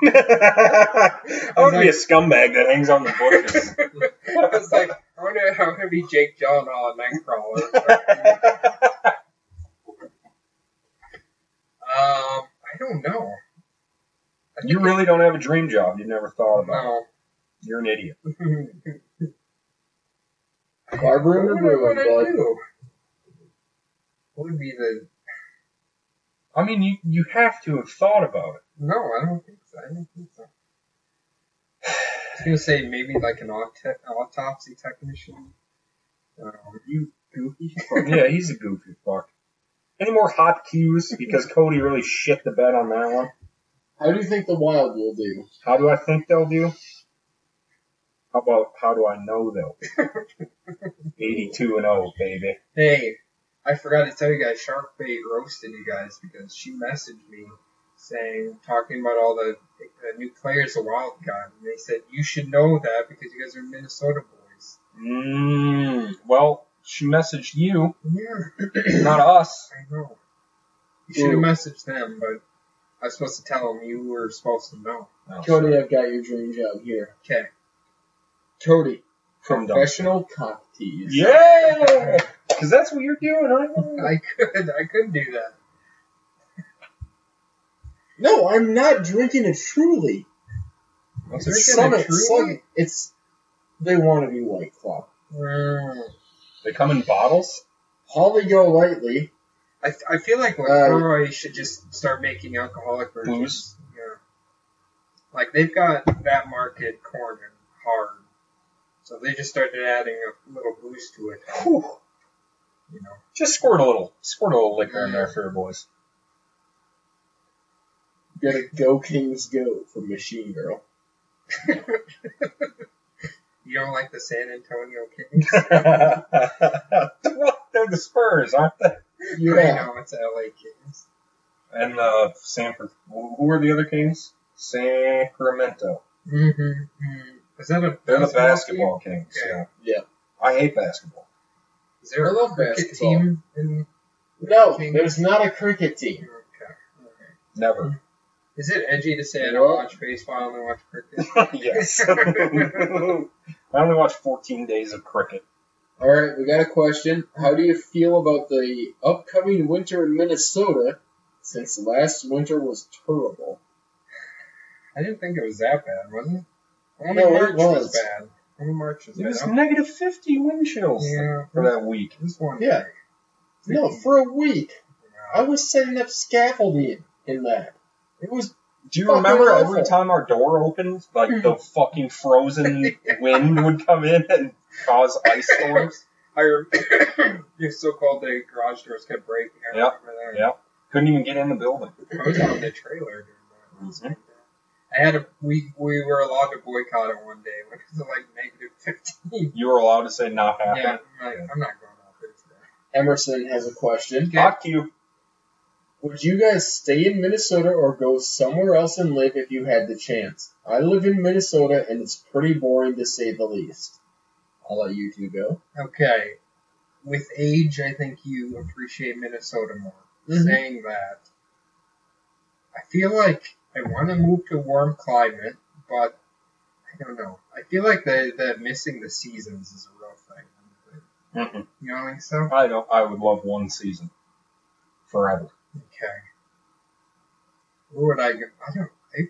C: I want to be a scumbag that hangs on the bushes.
B: I was like, I want to. I want to be Jake Gyllenhaal and Nightcrawler. Um, I don't know. I
C: you
B: think
C: really don't have a dream job. You've never thought
B: I
C: about. it.
B: know.
C: You're an idiot.
A: Barbara and
B: what would I
A: brewing,
B: want to
A: bud.
B: do? What would be the?
C: I mean, you you have to have thought about it.
B: No, I don't think so. I don't think so. I was gonna say maybe like an auto- autopsy technician. Um,
C: You goofy. Fuck. yeah, he's a goofy fuck. Any more hot cues? Because Cody really shit the bed on that one.
A: How do you think the wild will do?
C: How do I think they'll do? How about how do I know they'll? do? 82 and 0, baby.
B: hey, I forgot to tell you guys, Sharkbait roasted you guys because she messaged me saying talking about all the, the new players of Wild Card, and they said you should know that because you guys are Minnesota boys.
C: Mm, well, she messaged you,
B: Yeah.
C: not us.
B: I know. You should have messaged them, but I was supposed to tell them you were supposed to know.
C: Oh,
A: Cody, I've got your dream job here.
B: Okay.
A: Cody,
C: From Dumpster.
A: professional cocktail tease.
C: Yeah, because that's what you're doing. I
B: I could, I could do that.
A: No, I'm not drinking it truly.
B: I'm
A: It's some,
B: drinking a
A: it's
B: Truly.
A: some- it's they want to be white claw.
B: Mm.
C: they come in bottles.
A: Holly go lightly.
B: I, I feel
A: Uh,
B: like LaCroix should just start making alcoholic versions.
C: Booze?
B: Yeah. Like they've got that market cornered hard. So they just started adding a little booze to it.
C: Whew.
B: You know.
C: Just squirt a little, squirt a little liquor in there for your boys.
A: Get a Go Kings Go from Machine Girl.
B: you don't like the San Antonio Kings?
C: What? They're the Spurs, aren't they?
B: I
A: Yeah.
B: know it's LA Kings.
C: And uh, San. Fran- Who are the other kings? Sacramento.
B: Mm-hmm. Is that a
C: They're the
B: baseball
C: basketball kings.
B: Yeah.
C: Yeah.
A: Yeah.
C: I hate basketball.
B: Team? Is there
A: I
B: a
A: love
B: cricket
A: basketball.
B: team? In...
A: No, there's not a cricket team.
B: Okay. okay.
C: Never.
B: Is it edgy to say I don't watch baseball? I only watch cricket.
C: yes. I only watched 14 days of cricket.
A: All right, we got a question. How do you feel about the upcoming winter in Minnesota since last winter was terrible?
B: I didn't think it was that bad, was it? Only
A: No, it
B: March was.
A: was.
B: bad. Only March was
C: It
B: bad.
C: was negative 50 wind chills
B: yeah,
C: for that week.
B: it was one.
A: Yeah. No, for a week. I
B: Yeah.
A: was setting up scaffolding in that. It was
C: Do you
A: Fucking
C: remember
A: awful. Mm-hmm.
C: every time our door opened, like the fucking frozen wind would come in and cause ice storms?
B: I remember the so-called the garage doors kept breaking. I
C: Yep.
B: remember that.
C: Yeah. Couldn't even get in the building.
B: I was on the trailer during that.
C: Mhm.
B: I had a we we were allowed to boycott it one day when it was like negative fifteen.
C: You were allowed to say not happening.
B: Yeah, I'm like, I'm not going out there today.
A: Emerson has a question.
B: Okay.
C: Fuck you.
A: Would you guys stay in Minnesota or go somewhere else and live if you had the chance? I live in Minnesota and it's pretty boring to say the least. I'll let you two go.
B: Okay, with age, I think you appreciate Minnesota more.
C: Mm-hmm.
A: Mhm.
B: Saying that, I feel like I want to move to a warm climate, but I don't know. I feel like the the missing the seasons is a real thing.
C: Mhm.
B: You don't think so?
C: I don't. I would love one season, forever.
B: Okay. Where would I go? I don't. I,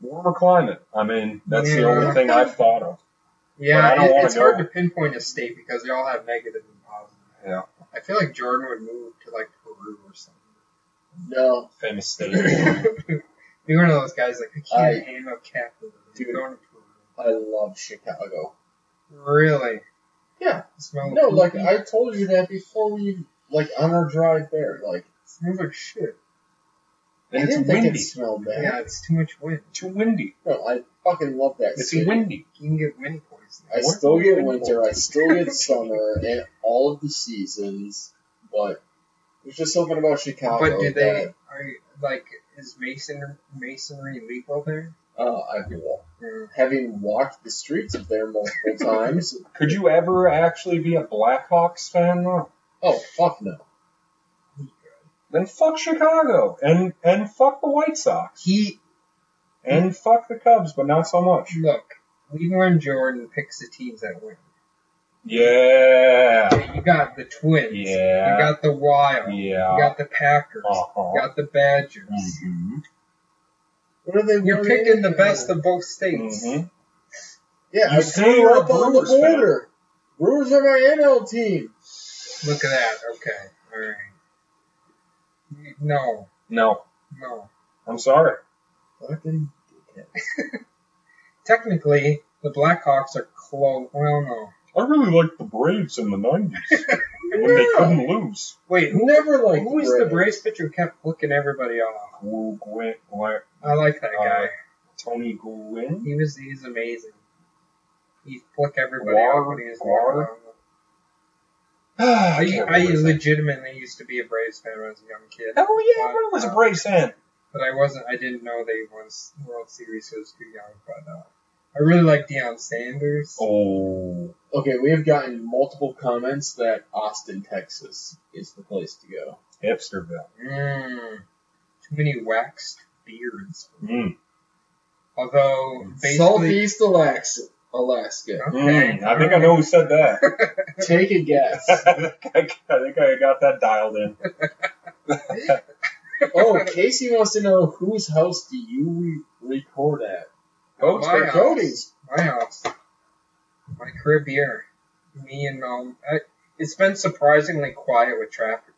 C: Warmer climate. I mean, that's the
B: Yeah.
C: only thing I've thought of.
B: yeah,
C: But I don't
B: it-
C: wanna
B: it's hard
C: go.
B: to pinpoint a state because they all have negative and positive.
C: Yeah.
B: I feel like Jordan would move to like Peru or something.
A: No,
C: Famous state.
B: Be one of those guys like I can't
A: I-
B: handle capitalism.
A: Dude.
B: Going to Peru.
A: I love Chicago.
B: Really?
A: Yeah.
B: The smell of
A: No,
C: Oh,
A: like
B: pee-pee.
A: I told you that before we like on our drive there. Like
B: smells like shit.
A: I
C: And
A: didn't
C: it's
A: think
C: windy.
A: it smelled bad.
B: Yeah, it's too much wind.
C: Too windy.
A: No, I fucking love that
C: It's
A: city.
C: windy.
B: You can get wind poisoning.
A: I
C: What
A: still
C: do you
A: get
C: mean?
A: winter, I still get summer, and all of the seasons, but there's just something about Chicago
B: But do they
A: that
B: are you- like is mason masonry legal there?
A: uh, I will.
B: Or-
A: Having walked the streets of there multiple times,
C: Could you ever actually be a Blackhawks fan though?
A: oh fuck no.
C: Then fuck Chicago and and fuck the White Sox
B: He
C: and fuck the Cubs, but not so much.
B: Look, even when Jordan picks the teams that win,
C: Yeah.
B: you got the Twins, you
C: Yeah.
B: got the Wild, you
C: Yeah.
B: got the Packers,
C: Uh-huh.
B: you got the Badgers.
C: Mhm.
A: What are
C: Hmm.
A: they?
B: You're
A: what are they-
B: picking the best of both states.
A: Mm-hmm.
C: Mhm.
A: Yeah,
C: You
A: I
C: say
A: grew
C: you're a
A: up on the
C: Brewers fan.
A: border. Brewers are my NL team.
B: Look at that. Okay, all right. No,
C: No,
B: no.
C: I'm sorry.
A: Fucking
B: Technically, the Blackhawks are close. Well, no.
C: I really liked the Braves in the '90s when they
A: yeah.
C: couldn't lose.
B: Wait, who?
A: Never liked
B: Who is
A: Braves.
B: the Braves pitcher who kept looking everybody off?
C: Who went what?
B: I like that
C: Uh,
B: guy.
C: Tony Gwynn?
B: He was he's amazing. He flick everybody
C: Guar-
B: off when he was
C: Guar?
B: walking around.
C: I,
B: I, I legitimately used to be a Braves fan when I was a young kid,
C: Hell yeah, I was a Braves fan.
B: but I wasn't. I didn't know they won s- World Series. So I was too young. But uh, I really like Deion Sanders.
C: Oh.
A: Okay, we have gotten multiple comments that Austin, Texas is the place to go.
C: Hipsterville.
B: Mm, too many waxed beards.
C: Mm.
B: Although, basically,
A: Southeast Alaska. Alaska.
B: okay,
C: Mm, I think I know who said that.
A: Take a guess.
C: I think I I think I got that dialed in.
A: oh, Casey wants to know whose house do you re- record at?
B: Coach,
A: They're
B: my house.
A: Cody's.
B: My house. My crib here. Me and um, I, it's been surprisingly quiet with traffic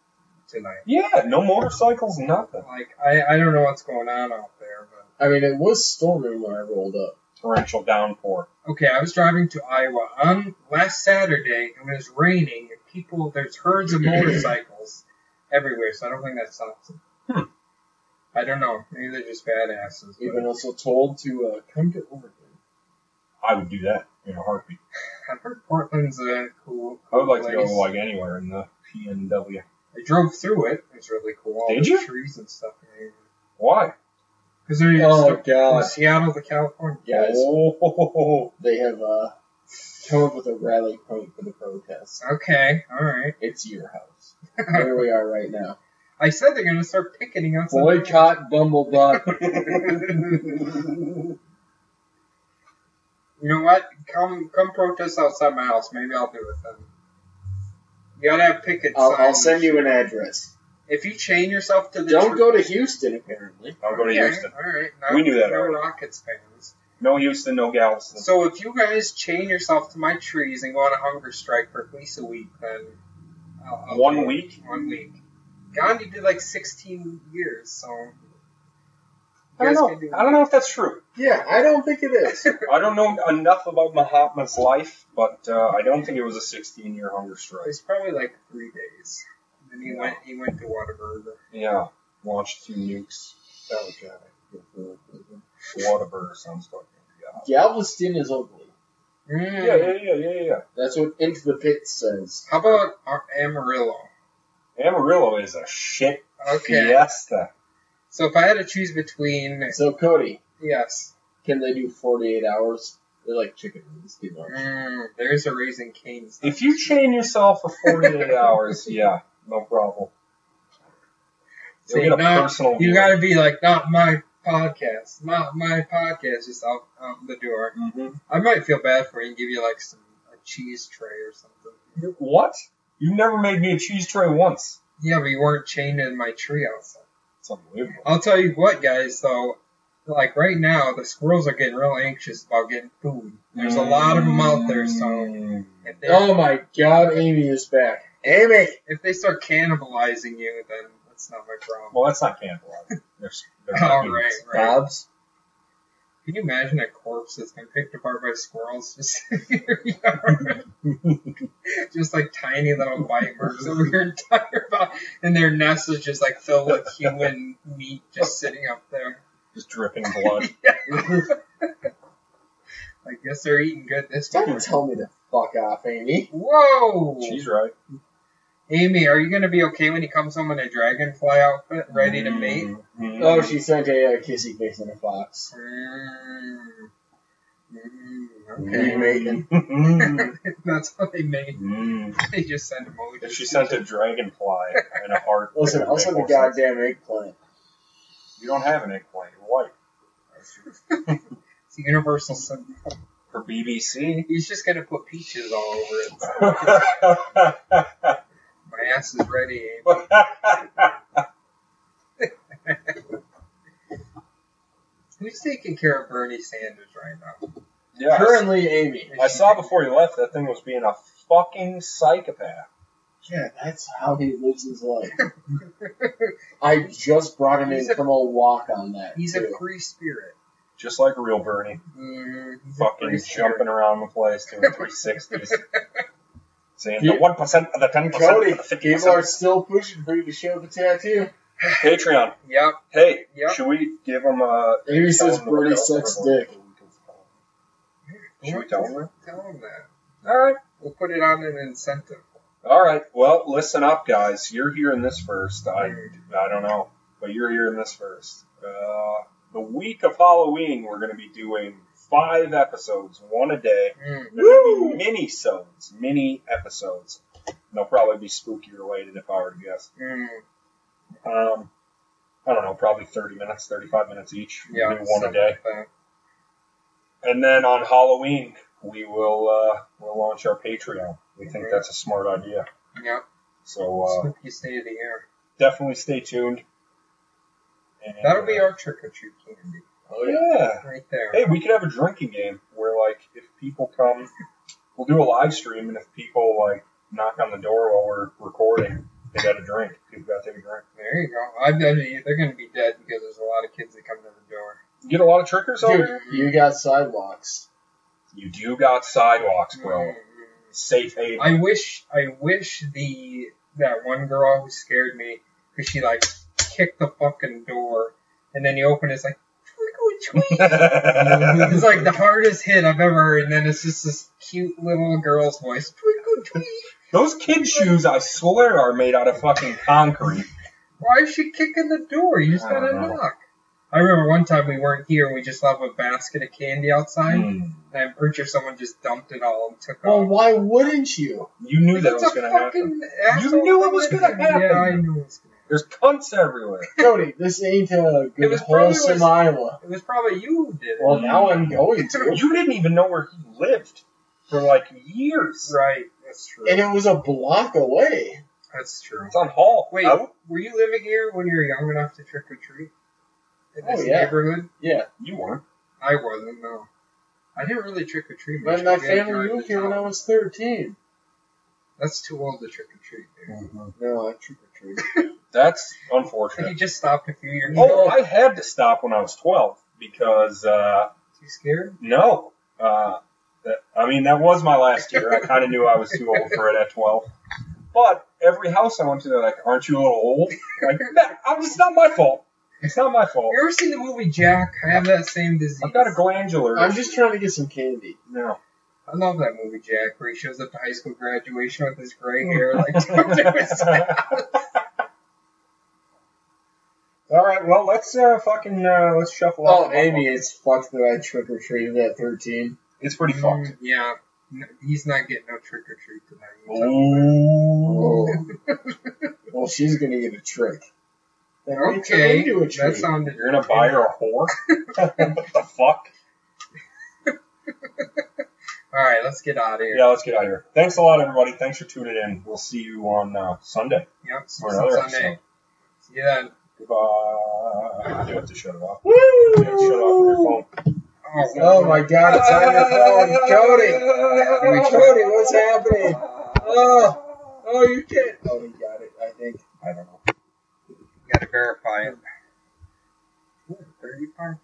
B: tonight.
C: Yeah, no motorcycles, nothing.
B: Like I, I don't know what's going on out there, but
A: I mean, it was stormy when I rolled up.
C: Torrential downpour.
B: okay. I was driving to Iowa on last Saturday. It was raining and people. There's herds of motorcycles everywhere, so I don't think that stops. them.
C: Hmm.
B: I don't know. Maybe they're just badasses.
A: We've
B: But
A: been also told to uh, come to Oregon.
C: I would do that in a heartbeat.
B: I heard Portland's a cool.
C: I would like to go
B: place.
C: like anywhere in the PNW.
B: I drove through it. It was really cool. All
C: Did
B: the
C: you?
B: trees and stuff.
C: Why?
B: Because they're
A: Oh,
B: from
A: God.
B: Seattle to California.
A: Guys,
C: Oh, ho, ho, ho.
A: they have uh, come up with a rally point for the protest.
B: Okay, all right.
A: It's your house. Where we are right now.
B: I said they're gonna start picketing us.
A: Boycott Bumblebutt.
B: you know what? Come, come protest outside my house. Maybe I'll do it then. You gotta have picket
A: I'll, I'll
B: signs.
A: send you an address.
B: If you chain yourself to the
A: Don't
B: tree-
A: go to Houston, apparently.
C: I'll go to
B: Okay,
C: Houston.
B: All right. No,
C: We knew that
B: No
C: already.
B: Rockets fans.
C: No Houston, no Galveston.
B: So if you guys chain yourself to my trees and go on a hunger strike for at least a week, then I'll, I'll do
C: One
B: it.
C: week?
B: One week. Gandhi did like 16 years, so. you
C: I don't
B: guys
C: know.
B: can do
C: I don't know if that's true.
A: Yeah, I don't think it is.
C: I don't know enough about Mahatma's life, but uh, I don't think it was a 16-year hunger
B: It
C: strike.
B: was probably like three days. And then he went. He went to Whataburger.
C: Yeah, launched two nukes. That was Jack. Whataburger sounds fucking god.
A: Galveston is ugly.
B: Mm.
C: Yeah, yeah, yeah, yeah,
A: That's what Into the Pit says.
B: How about Ar- Amarillo?
C: yeah. Amarillo is a shit
B: Okay.
C: fiesta.
B: So if I had to choose between,
A: So, Cody,
B: yes,
A: can they do 48 hours? They're like chicken wings, too much.
B: mm, there's a Raising Cane's.
C: If you chain yourself for 48 hours, yeah, no problem.
B: See,
C: You'll get a
B: now
C: personal
B: You
C: view.
B: gotta be like, not my podcast, not my podcast, just out, out the door.
C: Mhm.
B: I might feel bad for you and give you like some a cheese tray or something.
C: What? You've never made me a cheese tray once.
B: Yeah, but you weren't chained in my tree outside.
C: It's unbelievable.
B: I'll tell you what, guys, though, like right now, the squirrels are getting real anxious about getting food. There's a lot of them out there, so
C: Mm.
B: if they,
A: Oh my god, Amy is back. Amy!
B: if they start cannibalizing you, then that's not my problem.
C: Well, that's not cannibalizing. There's, there's
B: All right, right.
A: Bob's.
B: Can you imagine a corpse that's been picked apart by squirrels just in your yard? just like tiny little bite marks over your entire body, and their nest is just like filled with human meat just sitting up there.
C: Just dripping blood.
B: I guess they're eating good this time.
A: Don't tell me to fuck off, Amy.
B: Whoa,
C: She's right.
B: Amy, are you gonna be okay when he comes home in a dragonfly outfit, ready to mate?
C: Mm.
A: Oh, she sent a, uh kissy face in a box.
B: Mm. Mm,
A: Hey,
B: Okay,
A: Megan.
C: Mm.
B: that's what they made.
C: Mm.
B: They just send emojis.
C: If she sent a dragonfly and a heart.
A: Listen,
C: it would
A: I'll
C: make
A: send a
C: more sense.
A: goddamn eggplant.
C: You don't have an eggplant. You're white.
B: It's a universal symbol.
C: For BBC.
B: He's just gonna put peaches all over it. My ass is ready. Abe. Who's taking care of Bernie Sanders right now?
C: yeah.
A: Currently, Amy.
C: I saw before you left that thing was being a fucking psychopath.
A: Yeah, that's how he lives his life. I just brought him in
B: He's a-
A: from a walk on that.
B: He's a
A: too.
B: free spirit.
C: Just like real Bernie.
B: Mm, he's a
C: Fucking
B: free spirit.
C: jumping around the place, doing 360s. Saying the
A: You-
C: 1% of the 10%.
A: Cody,
C: of the 50%.
A: people are still pushing for you to show the tattoo.
C: Patreon.
B: Yep,
C: Hey,
B: yep.
C: should we give them a.
A: Amy says
C: tell 'em
A: Bernie
C: what else
A: sucks
C: we're
A: dick.
C: doing? Should we tell 'em that?
B: Tell him that.
C: Alright.
B: We'll put it on an incentive.
C: Alright. Well, listen up, guys. You're hearing this first. I,
B: Mm,
C: I don't know. But you're hearing this first. Uh, the week of Halloween, we're going to be doing five episodes, one a day.
B: Mm.
C: There'll be mini sodes, mini episodes. And They'll probably be spooky related if I were to guess.
B: Mm.
C: Um, I don't know, probably 30 minutes, 35 minutes each.
B: Yeah,
C: Maybe one a
B: something
C: day.
B: like that.
C: And then on Halloween, we will uh, we'll launch our Patreon. We think that's a smart idea.
B: Yep.
C: So uh,
B: Spooky state of the air.
C: definitely stay tuned. And, uh,
B: That'll be our trick or treat candy
A: Oh yeah.
C: yeah.
B: right there.
C: Hey, we could have a drinking game where, like, if people come, we'll do a live stream, and if people like knock on the door while we're recording, they got a drink. People got to take a drink.
B: There you go. I bet you they're going to be dead because there's a lot of kids that come to the door.
C: Get a lot of trickers over
D: Dude,
C: here.
D: you got sidewalks.
C: You do got sidewalks, bro.
B: Mm.
C: Safe haven.
B: I wish, I wish the that one girl who scared me, because she like kicked the fucking door, and then you open it, it's like twinkle tweet. it's like the hardest hit I've ever heard, and then it's just this cute little girl's voice, twinkle tweet.
C: Those kid shoes, I swear, are made out of fucking concrete.
B: Why is she kicking the door? You just
C: I don't
B: gotta
C: know.
B: knock. I remember one time we weren't here and we just left a basket of candy outside,
C: Hmm.
B: and I'm pretty sure someone just dumped it all and took
D: Well,
B: off.
D: why wouldn't you?
C: You knew that
B: That's
C: was
B: a
C: going to happen.
B: fucking asshole
C: You knew it
B: thing
C: was
B: to
C: gonna
B: do.
C: happen.
B: Yeah, I knew it was gonna happen.
C: There's cunts everywhere.
D: Cody, this ain't a
B: It
D: good
B: was probably
D: wholesome
B: was-
D: Iowa.
B: It was probably you who did it.
D: Well, now I'm going to.
C: You didn't even know where he lived for like years.
B: right, that's true.
D: And it was a block away.
B: That's true.
C: It's on Hall.
B: Wait,
C: I-
B: were you living here when you were young enough to trick or treat? In
D: Oh,
B: this
D: yeah.
B: neighborhood?
D: Yeah.
C: you weren't.
B: I wasn't, no. I didn't really trick or treat much.
D: But my
B: We had to
D: family
B: drive to
D: moved here when
B: town.
D: I was 13.
B: That's too old to trick or treat, dude.
D: No, I trick or treat.
C: That's unfortunate.
B: You just stopped a few years
C: Oh,
B: ago.
C: I had to stop when I was 12 because, uh,
B: Too scared?
C: no. Uh, that, I mean, that was my last year. I kind of knew I was too old for it at 12. But every house I went to, they're like, aren't you a little old? Like, nah, I'm, it's not my fault. It's not my fault.
B: You ever seen the movie Jack? I have that same disease.
C: I've got a glandular.
D: I'm just trying to get some candy.
C: No.
B: I love that movie Jack, where he shows up to high school graduation with his gray hair, like tucked to his side.
C: All right, well, let's uh, fucking uh, let's shuffle.
D: Oh,
C: off.
D: maybe it's fucked that I trick or treated at 13.
C: it's pretty fucked.
B: Mm, yeah, N- he's not getting no trick or treat tonight. You tell
D: Oh. well, she's gonna get a trick. Then we turn
B: Okay,
D: into a
B: me. that
D: treat.
B: sounded.
C: You're gonna buy her a whore? what the fuck?
B: All right, let's get out of here.
C: Yeah, let's get out of here. Thanks a lot, everybody. Thanks for tuning in. We'll see you on uh, Sunday
B: Yep, see
C: or
B: you
C: another
B: Sunday.
C: episode.
B: See you then.
C: Goodbye. You have to shut it off. Woo! You have to shut it off on your phone.
B: Oh,
D: Oh my god, it's on your phone. Cody! Hey, Cody, what's happening? Oh, oh, you can't. Oh, he got it, I think.
B: I don't know. You gotta verify it. Ooh, Thirty-five